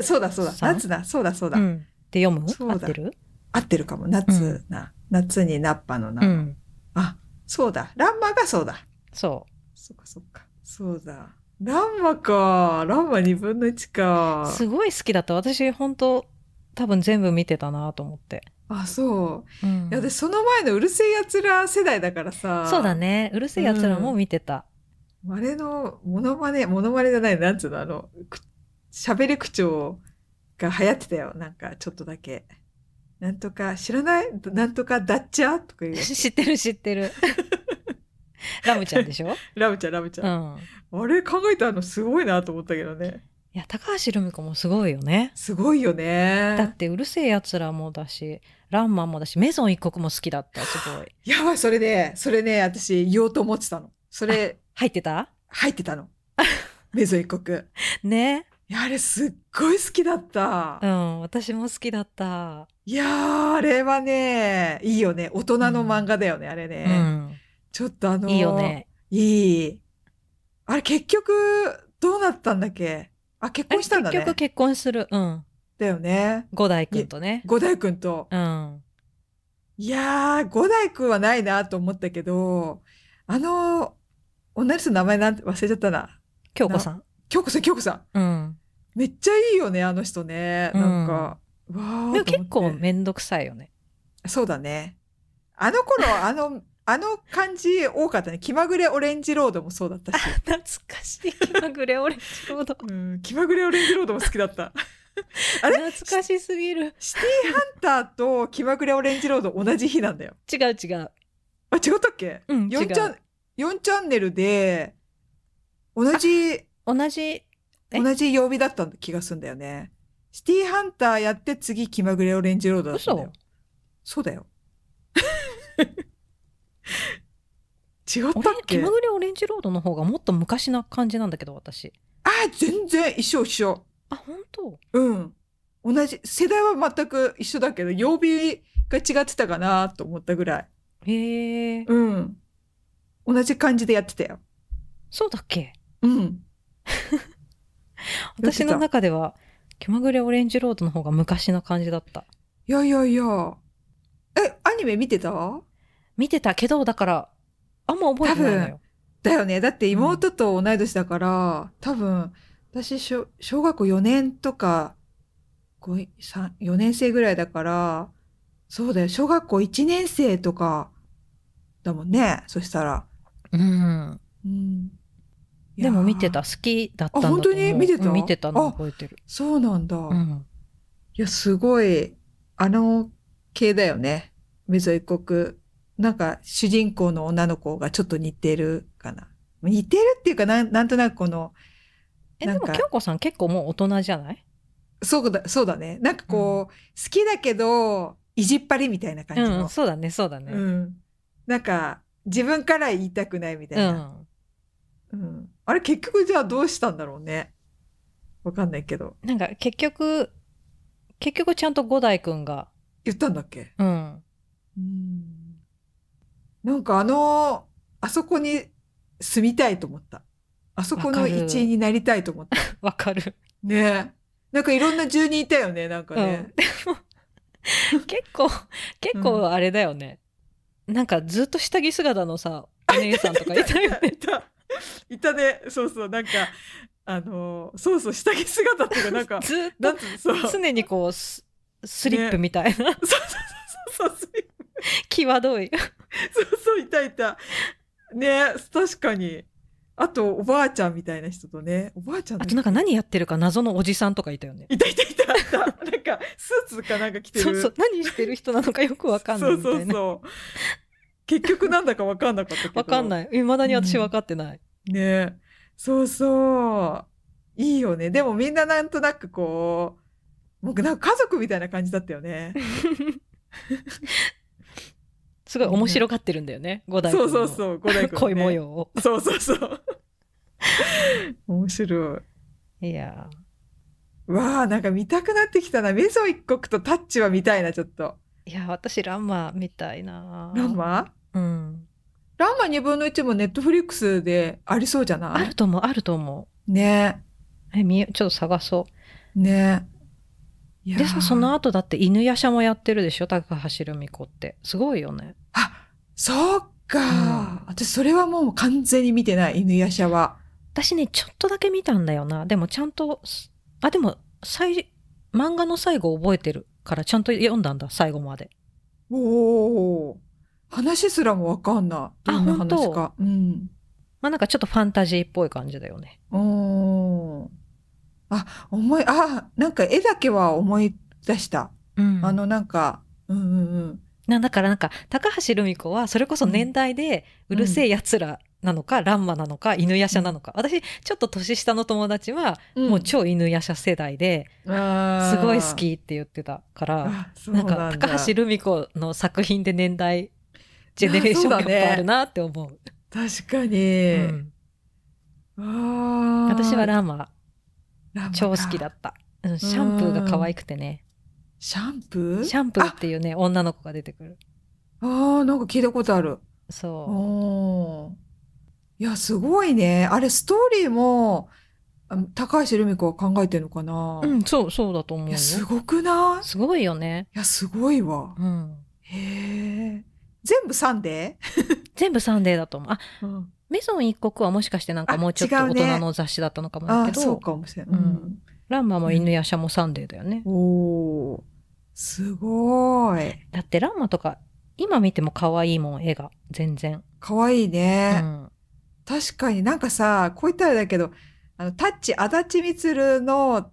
Speaker 1: あそうだそうだ。
Speaker 2: さん
Speaker 1: 夏だ。そうだそうだ。
Speaker 2: うん、って読む
Speaker 1: そう
Speaker 2: 合
Speaker 1: だ
Speaker 2: ってる、
Speaker 1: 合ってるかも。夏な。夏にナッパのな。
Speaker 2: うん、
Speaker 1: あ、そうだ。ランマがそうだ。
Speaker 2: そ
Speaker 1: そっかそっか。そうだ。ランマか。ランマ二分の一
Speaker 2: う
Speaker 1: か。
Speaker 2: すごい好きだった私本当多分全部見てたなと思って、
Speaker 1: あ、そう。
Speaker 2: うん
Speaker 1: いや、私その前のうるせえやつら世代だからさ。
Speaker 2: そうだ。ねうるせえやつらも見てた、
Speaker 1: あれのモノマネ、モノマネじゃない、なんつうの、あの、く喋り口調が流行ってたよ。なんか、ちょっとだけ。なんとか、知らないなんとか、ダッチャーとかいうやつ。
Speaker 2: 知ってる知っ てるラムちゃんでしょ、
Speaker 1: ラブちゃん、ラブちゃん
Speaker 2: う。ん、
Speaker 1: あれ考えたのすごいなと思ったけどね。
Speaker 2: いや高橋留美子もすごいよね
Speaker 1: すごいよ
Speaker 2: だっ
Speaker 1: ね。
Speaker 2: てうるせえやつらもだしランマもだしメゾン一国も好きだったす ごい
Speaker 1: やばい、それで、それね、私言おうと思ってたの。それ、
Speaker 2: 入ってた
Speaker 1: 入ってたの。メゾン一国。い
Speaker 2: ね
Speaker 1: や、あれすっごい好きだった。
Speaker 2: うん私も好きだった、
Speaker 1: いやー、あれはね、いいよね。大人の漫画だよね、あれね。ちょっとあ
Speaker 2: う
Speaker 1: の
Speaker 2: んいいよね
Speaker 1: いいあれ結局、どうなったんだっけあ、結
Speaker 2: あれ
Speaker 1: 婚したんだ
Speaker 2: 結
Speaker 1: ね。
Speaker 2: 局結婚するうん
Speaker 1: だよね。
Speaker 2: 五代君とね
Speaker 1: 五代くんと。
Speaker 2: うん
Speaker 1: いやー、五代くんはないなと思ったけど、あの、女の人の名前なんて忘れちゃったな。
Speaker 2: 京子さん
Speaker 1: 京子さん、京子さん。
Speaker 2: うん
Speaker 1: めっちゃいいよね、あの人ね。なんか、わー
Speaker 2: でも
Speaker 1: と思
Speaker 2: 結構
Speaker 1: って
Speaker 2: めんどくさいよね。
Speaker 1: そうだね。あの頃、あの、あの感じ多かったね。気まぐれオレンジロードもそうだったし。
Speaker 2: 懐かしい気まぐれオレンジロード。
Speaker 1: うん、気まぐれオレンジロードも好きだ った。あれ
Speaker 2: 懐かしすぎる。
Speaker 1: シティハンターと気まぐれオレンジロード同じ日なんだよ。
Speaker 2: 違う違う。
Speaker 1: あ、違ったっけ
Speaker 2: うん、違
Speaker 1: ?4 チャ
Speaker 2: う
Speaker 1: ン。、4チャンネルで、同じ、
Speaker 2: 同じ。え
Speaker 1: 同じ曜日だった気がするんだよね。シティハンターやって次気まぐれオレンジロードだったんだよ。そう だよ。違ったっ
Speaker 2: 俺気
Speaker 1: け
Speaker 2: まぐれオレンジロードの方がもっと昔な感じなんだけど私。
Speaker 1: あー、全然一緒一緒。
Speaker 2: あ本当。
Speaker 1: うん。同じ、世代は全く一緒だけど、曜日が違ってたかなと思ったぐらい。
Speaker 2: へえ。
Speaker 1: うん。同じ感じでやってたよ。
Speaker 2: そうだっけ。
Speaker 1: うん。
Speaker 2: 私の中では気まぐれオレンジロードの方が昔な感じだった。
Speaker 1: いやいやいや。え、アニメ見てた
Speaker 2: 見てたけどだからあんま覚えてないのよ。
Speaker 1: だよね。だって妹と同い年だから、多分、私、小小学校4年とか、5、3、4年生ぐらいだから、そうだよ。小学校1年生とか、だもんね。そしたら。
Speaker 2: うん。
Speaker 1: うん。いやー
Speaker 2: でも見てた。好きだったんだと思う。
Speaker 1: あ本当に見てた
Speaker 2: 見てたの
Speaker 1: あ
Speaker 2: 覚えてる。
Speaker 1: そうなんだ。
Speaker 2: うん。
Speaker 1: いや、すごい、あの系だよね。メゾ一国。なんか、主人公の女の子がちょっと似てるかな。似てるっていうか、なんなんとなくこの、
Speaker 2: え
Speaker 1: な
Speaker 2: で
Speaker 1: んか
Speaker 2: も京子さん結構もう大人じゃない？
Speaker 1: そうだ、そうだね。なんかこう、好きだけど、いじっぱりみたいな感じ
Speaker 2: うんうん、
Speaker 1: の。
Speaker 2: そうだねそうだ
Speaker 1: う
Speaker 2: ね。
Speaker 1: ん。なんか、自分から言いたくないみたいうな。
Speaker 2: ん、
Speaker 1: うん。あれ、結局じゃあどうしたんだろうね。わかんないけど。
Speaker 2: なんか結局結局ちゃんと五代くんが、
Speaker 1: 言ったんだっけ
Speaker 2: うん、
Speaker 1: うんなんかあの、あそこに住みたいと思った。あそこ
Speaker 2: わ
Speaker 1: の
Speaker 2: かる
Speaker 1: 一員になりたいと思った。
Speaker 2: わかる。
Speaker 1: ねえ。なんかいろんな住人いたよね、なんかね。
Speaker 2: うん、結構結構あれだよね。なんかずっと下着姿のさお姉さんとかいたよね。、
Speaker 1: いた。いたね。そうそう。なんか、あの、そうそう、下着姿っていうか、なんか
Speaker 2: ずっ
Speaker 1: な
Speaker 2: と
Speaker 1: んつうのそう。 そう
Speaker 2: 常にこうススリップみたいな、
Speaker 1: そ うそう。
Speaker 2: 際どい。
Speaker 1: そうそう、いたいた。ねえ、確かに。あと、おばあちゃんみたいな人とね。おばあちゃんの
Speaker 2: あとなんか何やってるか謎のおじさんとかいたよね。
Speaker 1: いたいたいたいた。なんか、スーツかなんか着てる。
Speaker 2: そうそう何してる人なのかよくわかんないみたい
Speaker 1: そう
Speaker 2: な。
Speaker 1: そうそう。結局なんだかわかんなかったけど。
Speaker 2: わかん
Speaker 1: い。
Speaker 2: ない。未だに私わかってない。
Speaker 1: ねそうそう。いいよね。でもみんななんとなくこう、もうなんか家族みたいな感じだったよね。
Speaker 2: すごい面白がってるんだよね。五代
Speaker 1: そ
Speaker 2: 君
Speaker 1: う
Speaker 2: の
Speaker 1: そうそう、五代君、ね。
Speaker 2: 恋模。様を。
Speaker 1: そうそうそう。面白い。
Speaker 2: いや
Speaker 1: わあ、なんか見たくなってきたな。メゾン一国とタッチは見たいな、ちょっと。
Speaker 2: ーいや私ランマみたいな。
Speaker 1: ランマ
Speaker 2: うん。
Speaker 1: ランマ2分の1もネットフリックスでありそうじゃ
Speaker 2: あ
Speaker 1: ない
Speaker 2: ると思う、あると思
Speaker 1: ね
Speaker 2: う。え、みちょっと探そ。
Speaker 1: ねいうや
Speaker 2: でさ、その後だって犬夜叉もやってるでしょ高橋留美子って。すごいよね。
Speaker 1: あそうか、私それはもう完全に見てない犬夜叉は
Speaker 2: 私ね、ちょっとだけ見たんだよな。でもちゃんと、すあ、でも、最、漫画の最後覚えてるから、ちゃんと読んだんだ、最後まで。
Speaker 1: おお話すらもわかんないどんな話かうん
Speaker 2: まあなんかちょっとファンタジーっぽい感じだよね。
Speaker 1: おーあ思いあなんか絵だけは思い出した、
Speaker 2: うん。
Speaker 1: あのなんかうんうんうん
Speaker 2: なだからなんか高橋留美子はそれこそ年代で
Speaker 1: う
Speaker 2: うんるせえやつらなのか、ランマなのか犬夜叉なのか私ちょっと年下の友達は
Speaker 1: うん
Speaker 2: もう超犬夜叉世代で
Speaker 1: あ
Speaker 2: す
Speaker 1: ー
Speaker 2: ごい好きって言ってたから、
Speaker 1: あそう
Speaker 2: な
Speaker 1: なん
Speaker 2: ん
Speaker 1: だ
Speaker 2: か高橋留美子の作品で年代ジェネレーション
Speaker 1: いや
Speaker 2: が
Speaker 1: そうだね
Speaker 2: あるなって思う。
Speaker 1: 確かに、
Speaker 2: うん
Speaker 1: あー
Speaker 2: 私はランマ
Speaker 1: ランマか
Speaker 2: 超好きだった。うん、シャンプーが可愛くてね。
Speaker 1: シャンプー
Speaker 2: シャンプーっていうね、女の子が出てくる。
Speaker 1: あーなんか聞いたことある
Speaker 2: そう。
Speaker 1: おーいやすごいねあれストーリーもあ高橋留美子は考えてるのかな、
Speaker 2: うん、そう、そうだと思う
Speaker 1: い
Speaker 2: よ。
Speaker 1: やす
Speaker 2: す
Speaker 1: ごくない
Speaker 2: ごいよね。
Speaker 1: いやすごいわ
Speaker 2: うん。
Speaker 1: へえ全部サンデ
Speaker 2: 全部サンデーだと思う。あ、
Speaker 1: ー、うん、
Speaker 2: メゾン一国はもしかしてなんかもうちょっと
Speaker 1: あ違う
Speaker 2: 大
Speaker 1: ね
Speaker 2: 人の雑誌だったのかも
Speaker 1: あ
Speaker 2: だ
Speaker 1: あ
Speaker 2: け
Speaker 1: そ
Speaker 2: ど、
Speaker 1: うかもしれない、
Speaker 2: うんランマも犬夜叉もサンデーだよね。
Speaker 1: うん、おーすごい
Speaker 2: だってランマとか、今見ても可愛いもん、絵が。全然。
Speaker 1: かわいいうね、
Speaker 2: ん。
Speaker 1: 確かになんかさ、こう言ったらだけど、あの、タッチ、足立みつるの、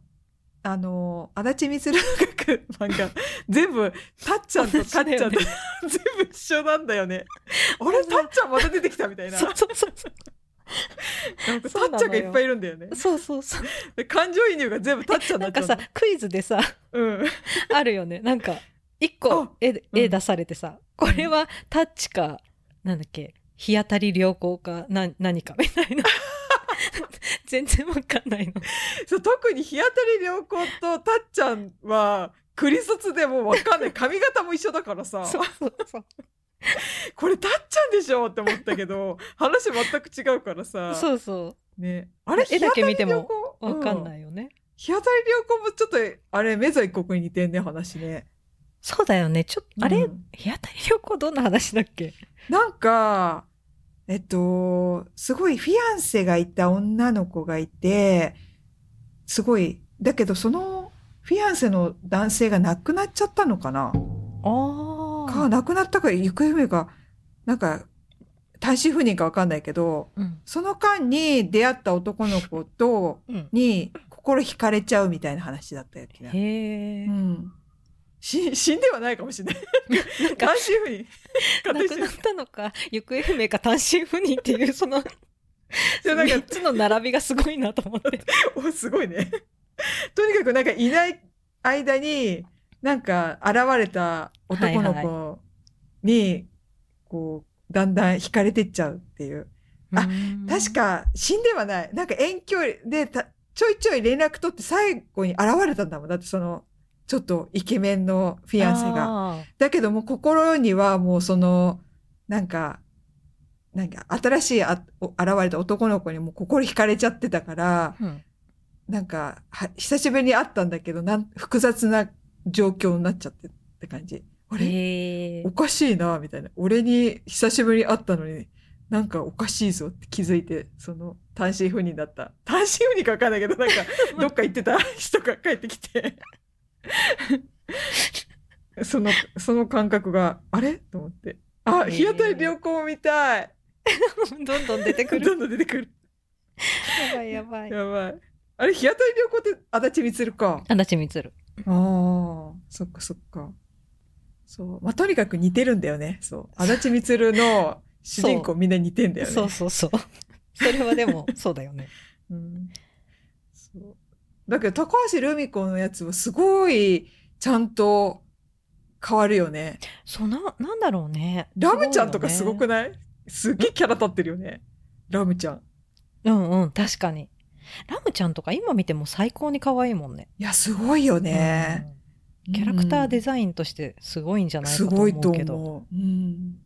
Speaker 1: あの、足立みつるが描く漫画、全部、タッちゃんと
Speaker 2: 同じ
Speaker 1: タ
Speaker 2: だ
Speaker 1: ッちゃ
Speaker 2: よね
Speaker 1: んと、 全部一緒なんだよ ね。あれ、タッちゃんまた出てきたみたいな。
Speaker 2: そ
Speaker 1: な
Speaker 2: うん
Speaker 1: か
Speaker 2: そうそうそ
Speaker 1: タ
Speaker 2: そうな
Speaker 1: ッ
Speaker 2: の
Speaker 1: ちゃ
Speaker 2: よ
Speaker 1: んがいっぱいいるんだよね
Speaker 2: う。。そうそうそう。
Speaker 1: で感情移入が全部タッちゃんに
Speaker 2: な
Speaker 1: なっ
Speaker 2: ん
Speaker 1: ちゃう
Speaker 2: か
Speaker 1: んだ
Speaker 2: さ、クイズでさ、
Speaker 1: うん。
Speaker 2: あるよね。なんか、一個
Speaker 1: あ
Speaker 2: 絵で、
Speaker 1: うん
Speaker 2: 絵出されてさ、これはタッチか、なんだっけ、日当たり良好か、な、何かみた いな。全然わかんないの。
Speaker 1: そう、特に日当たり良好とタッちゃんは、クリソツでもうわ かんない。髪型も一緒だからさ、
Speaker 2: そうそうそう。
Speaker 1: これタッちゃんでしょって思ったけど、話全く違うからさ。
Speaker 2: そうそう。
Speaker 1: ね、あれ
Speaker 2: 絵だけ見てもわ
Speaker 1: わ、
Speaker 2: かんないいよね。
Speaker 1: 日当たり良好もちょっとあれメゾン一国に似てんね話ね
Speaker 2: そうだよね。ちょっと、あれ、
Speaker 1: うん
Speaker 2: 日当たり旅行どんな話だっけ
Speaker 1: なんかえっとすごいフィアンセがいた女の子がいてすごいだけどそのフィアンセの男性が亡くなっちゃったのかな、
Speaker 2: あ
Speaker 1: か亡くなったか行方不明かなんか単身赴任かわかんないけど
Speaker 2: うん。
Speaker 1: その間に出会った男の子と
Speaker 2: うん。
Speaker 1: に心惹かれちゃうみたいな話だったよね
Speaker 2: へえ
Speaker 1: う。ん、し死んではないかもしれない。
Speaker 2: なん
Speaker 1: 単
Speaker 2: か、
Speaker 1: 身赴任。
Speaker 2: 亡
Speaker 1: 勝手
Speaker 2: く
Speaker 1: に
Speaker 2: なったのか、 行方不明か単身赴任って いう、その、
Speaker 1: いやなんか
Speaker 2: 3つの並びがすごいなと思って。
Speaker 1: おすごいね。とにかくなんかいない間になんか現れた男の子にこうだんだん惹かれてっちゃうっていう。あ
Speaker 2: うん
Speaker 1: 確。か死んではない。なんか遠距離でたちょいちょい連絡取って最後に現れたんだもん。だってそのちょっとイケメンのフ
Speaker 2: フ
Speaker 1: ィアンセが。だけども心にはもうそのなんかなんか新しいあお現れた男の子にもう心惹かれちゃってたから
Speaker 2: うん。
Speaker 1: なんかは久しぶりに会ったんだけどなん複雑な状況になっちゃってって感じあれ
Speaker 2: へえ
Speaker 1: お。かしいなみたいな俺に久しぶりに会ったのになんかおかしいぞって気づいてその単身赴任だった単身赴任か分かんないけど なんかどっか行ってた 人が帰ってきて そのその感覚があれと思ってあ
Speaker 2: へー
Speaker 1: 日当たり良好みたい
Speaker 2: どんどん出てく る。
Speaker 1: どんどん出てくる
Speaker 2: やばいやばい。
Speaker 1: やばいあれ日当たり良好って足立みつるか
Speaker 2: 足立みつる。
Speaker 1: ああ、そっかそっか。そう。まあ、とにかく似てるんだよね。そう。足立みつるの主人公みんな似てんだよね。
Speaker 2: そうそうそう。それはで も、そうだよね。
Speaker 1: うんそうだけど、高橋留美子のやつはすごい、ちゃんと変わるよね。
Speaker 2: そのなんだろうね。
Speaker 1: ラムちゃんとかす
Speaker 2: すごいよ
Speaker 1: ご
Speaker 2: ね
Speaker 1: くないすっげえキャラ立ってるよね。ラムちゃん。
Speaker 2: うんうん確かにラムちゃんとか今見ても最高に可愛いもんね
Speaker 1: いや、すごいよね。
Speaker 2: うんキャラクターデ
Speaker 1: ザ
Speaker 2: ザインとしてすごいんじゃないか
Speaker 1: す
Speaker 2: と
Speaker 1: ごい
Speaker 2: 思
Speaker 1: と
Speaker 2: うけど
Speaker 1: 思う。うん。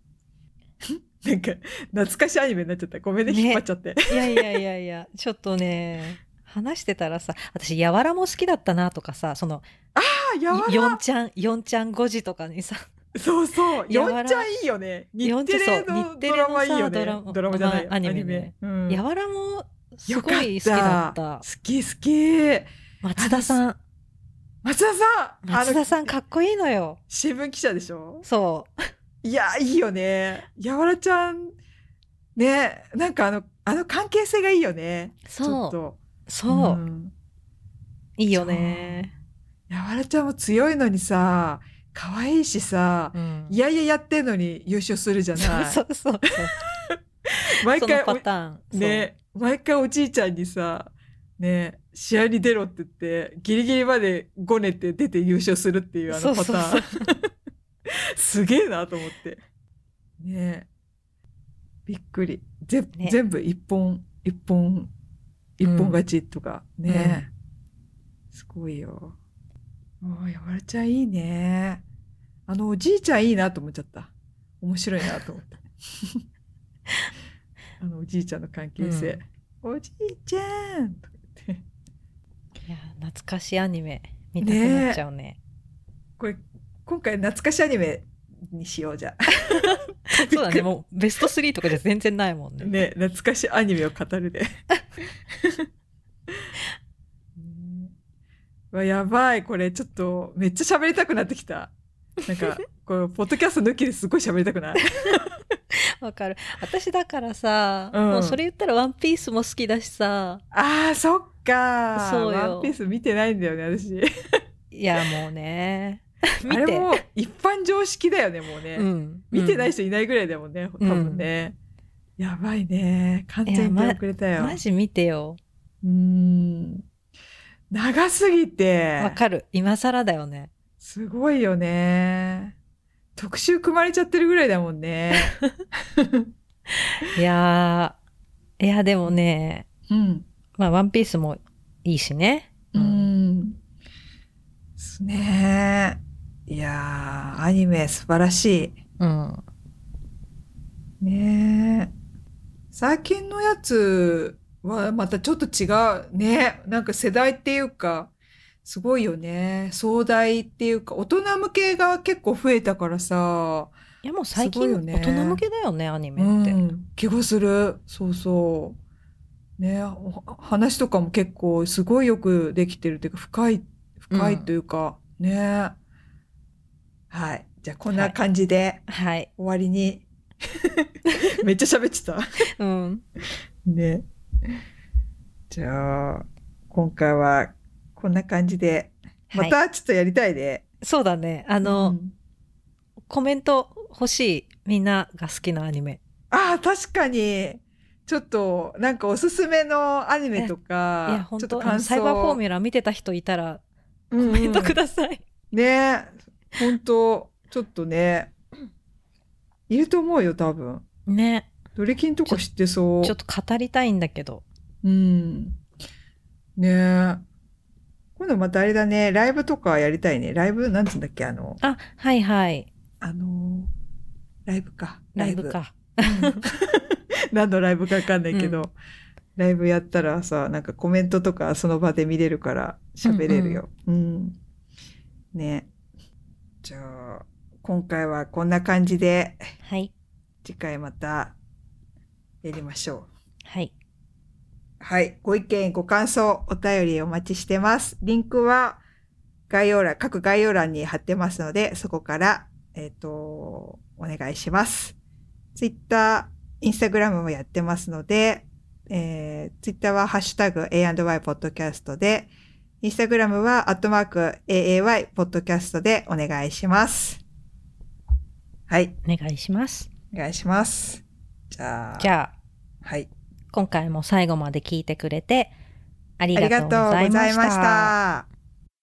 Speaker 1: なんか、懐かしアニメになっちゃった。ごめんね、
Speaker 2: ね
Speaker 1: 引っ張っちゃって。
Speaker 2: いやいやいやいや、ちょっとね、話してたらさ、私、やわらも好きだったなとかさ、その、
Speaker 1: あ、やわ
Speaker 2: 4ちゃん、4ちゃん5時とかにさ、
Speaker 1: ら。そうそう。
Speaker 2: やわ
Speaker 1: 四
Speaker 2: ら
Speaker 1: ちゃんいいよね。日テレ
Speaker 2: そう
Speaker 1: の
Speaker 2: 日テ
Speaker 1: ド
Speaker 2: レ
Speaker 1: ラ
Speaker 2: のさ
Speaker 1: マいいよね。
Speaker 2: ドラマ
Speaker 1: ドラマじゃないよ。
Speaker 2: まあアニメね
Speaker 1: うん
Speaker 2: やわらも、すごい好きだった。
Speaker 1: 好き好き。
Speaker 2: 松田さん、
Speaker 1: 松田さん。
Speaker 2: 松田さ
Speaker 1: あ
Speaker 2: ん
Speaker 1: の
Speaker 2: かっこいいのよ。
Speaker 1: 新聞記者でしょ
Speaker 2: そ
Speaker 1: いや、いいよね。やわらちゃん、ね、なんかあの、あの関係性がいいよね。
Speaker 2: う。
Speaker 1: ちょっ
Speaker 2: そう。
Speaker 1: と。
Speaker 2: そう。
Speaker 1: ん
Speaker 2: いいよね。
Speaker 1: やわらちゃんも強いのにさ、可愛いしさ、
Speaker 2: うん
Speaker 1: いやいややってんのに優勝するじゃない。
Speaker 2: そうそうそう。
Speaker 1: 毎
Speaker 2: その
Speaker 1: 回、
Speaker 2: パターン。そう
Speaker 1: ね、毎回おじいちゃんにさ、ね、試合に出ろって言って、ギリギリまでごねて出て優勝するっていうあ
Speaker 2: そ
Speaker 1: の
Speaker 2: う
Speaker 1: パタ
Speaker 2: そう
Speaker 1: ー
Speaker 2: そ
Speaker 1: ン。 すげえなと思って。ねびっくり。ぜ
Speaker 2: ね
Speaker 1: 全部一本、一本、一本勝ちとか。ね、すごいよ。もう、やわらちゃんいいね。あの、おじいちゃんいいなと思っちゃった。面白いなと思って。 あの、おじいちゃんの関係性。おじいちゃんとか言って。
Speaker 2: いや、懐かしいアニメ見たくなっちゃうね。
Speaker 1: これ、今回懐かしいアニメにしようじゃ。
Speaker 2: そうだね。もうベスト3とかじゃ全然ないもんね。
Speaker 1: ね、懐かしいアニメを語る で。ねうわ、やばい、これちょっとめっちゃ喋りたくなってきた。なんか、このポッドキャスト抜きですごい喋りたくない。
Speaker 2: わかる。私だからさ、
Speaker 1: うん
Speaker 2: もうそれ言ったらワンピースも好きだしさ、
Speaker 1: あー、そっか。
Speaker 2: そうよ
Speaker 1: ワンピース見てないんだよね、私。
Speaker 2: いや、もうね。 見
Speaker 1: あ
Speaker 2: て。
Speaker 1: れも一般常識だよね、もうね。
Speaker 2: うん、
Speaker 1: 見てない
Speaker 2: し、
Speaker 1: 人いないぐらいだもんね、多分ね。やばいね。完全に
Speaker 2: いやま
Speaker 1: 出遅れたよ。
Speaker 2: マジ見てよ。
Speaker 1: うーん。長すぎて。
Speaker 2: わかる。今更だよね。
Speaker 1: すごいよね。特集組まれちゃってるぐらいだもん ね。
Speaker 2: いやー、いや、でもね、
Speaker 1: うん。
Speaker 2: まあ、ワンピースもいいしね。
Speaker 1: うん。ですね。いやー、アニメ素晴らし
Speaker 2: うん。
Speaker 1: い。ねえ最近のやつはまたちょっと違う。ね。なんか世代っていうか、すごいよね。壮大っていうか、大人向けが結構増えたからさ。
Speaker 2: いや、もう最
Speaker 1: すごい
Speaker 2: 近、
Speaker 1: よね
Speaker 2: 大人向けだよね、アニメって。
Speaker 1: うん、気がするそうそうねお話とかも結構すごいよくできてるっていうか深い深いというか、ねはいじゃあこんな感じで
Speaker 2: はい。
Speaker 1: 終わり に、めっちゃ喋ってた
Speaker 2: うん。
Speaker 1: ねじゃあ今回はこんな感じでま
Speaker 2: はい、
Speaker 1: たちょっとやりたいで、
Speaker 2: そうだね。あの、
Speaker 1: うん
Speaker 2: コメント欲しい。みんなが好きなアニメ。
Speaker 1: ああ、確かに。ちょっと、なんかおすすめのアニメと
Speaker 2: いや、
Speaker 1: か、
Speaker 2: 本
Speaker 1: ちょっと
Speaker 2: 当あの
Speaker 1: 感想
Speaker 2: サイバーフォーミュラ見てた人いたら、
Speaker 1: うんうん
Speaker 2: コメントください。
Speaker 1: ね本当ちょっとね、いると思うよ、多分。
Speaker 2: ね。
Speaker 1: ドリキンとか知ってそう。
Speaker 2: ちょっと語りたいんだけど。
Speaker 1: うん。ね今度またあれだね、ライブとかやりたいね。ライブ、なんつうんだっけ、あの、
Speaker 2: あ、はいはい。
Speaker 1: あのライブか。
Speaker 2: ライブ。か。
Speaker 1: 何のライブかわかんないけど、
Speaker 2: うん
Speaker 1: ライブやったらさなんかコメントとかその場で見れるから喋れるよ。うん、ねじゃあ今回はこんな感じで
Speaker 2: はい。
Speaker 1: 次回またやりましょう。
Speaker 2: はい。
Speaker 1: はい。ご意見、ご感想、お便りお待ちしてます。リンクは概要欄、各概要欄に貼ってますので、そこから、えっ、と、お願いします。ツイッター、インスタグラムもやってますので、えー、ツイッターはハッシュタグ A&Y ポッドキャストで、インスタグラムはアットマーク AAY ポッドキャストでお願いします。はい。
Speaker 2: お願いします。
Speaker 1: お願いします。じゃあ。
Speaker 2: じゃあ、
Speaker 1: はい。
Speaker 2: 今回も最後まで聞いてくれて、あり
Speaker 1: あ
Speaker 2: が
Speaker 1: りが
Speaker 2: と
Speaker 1: と
Speaker 2: う
Speaker 1: う
Speaker 2: ござい
Speaker 1: ござ
Speaker 2: ま
Speaker 1: い
Speaker 2: し。
Speaker 1: ましたた。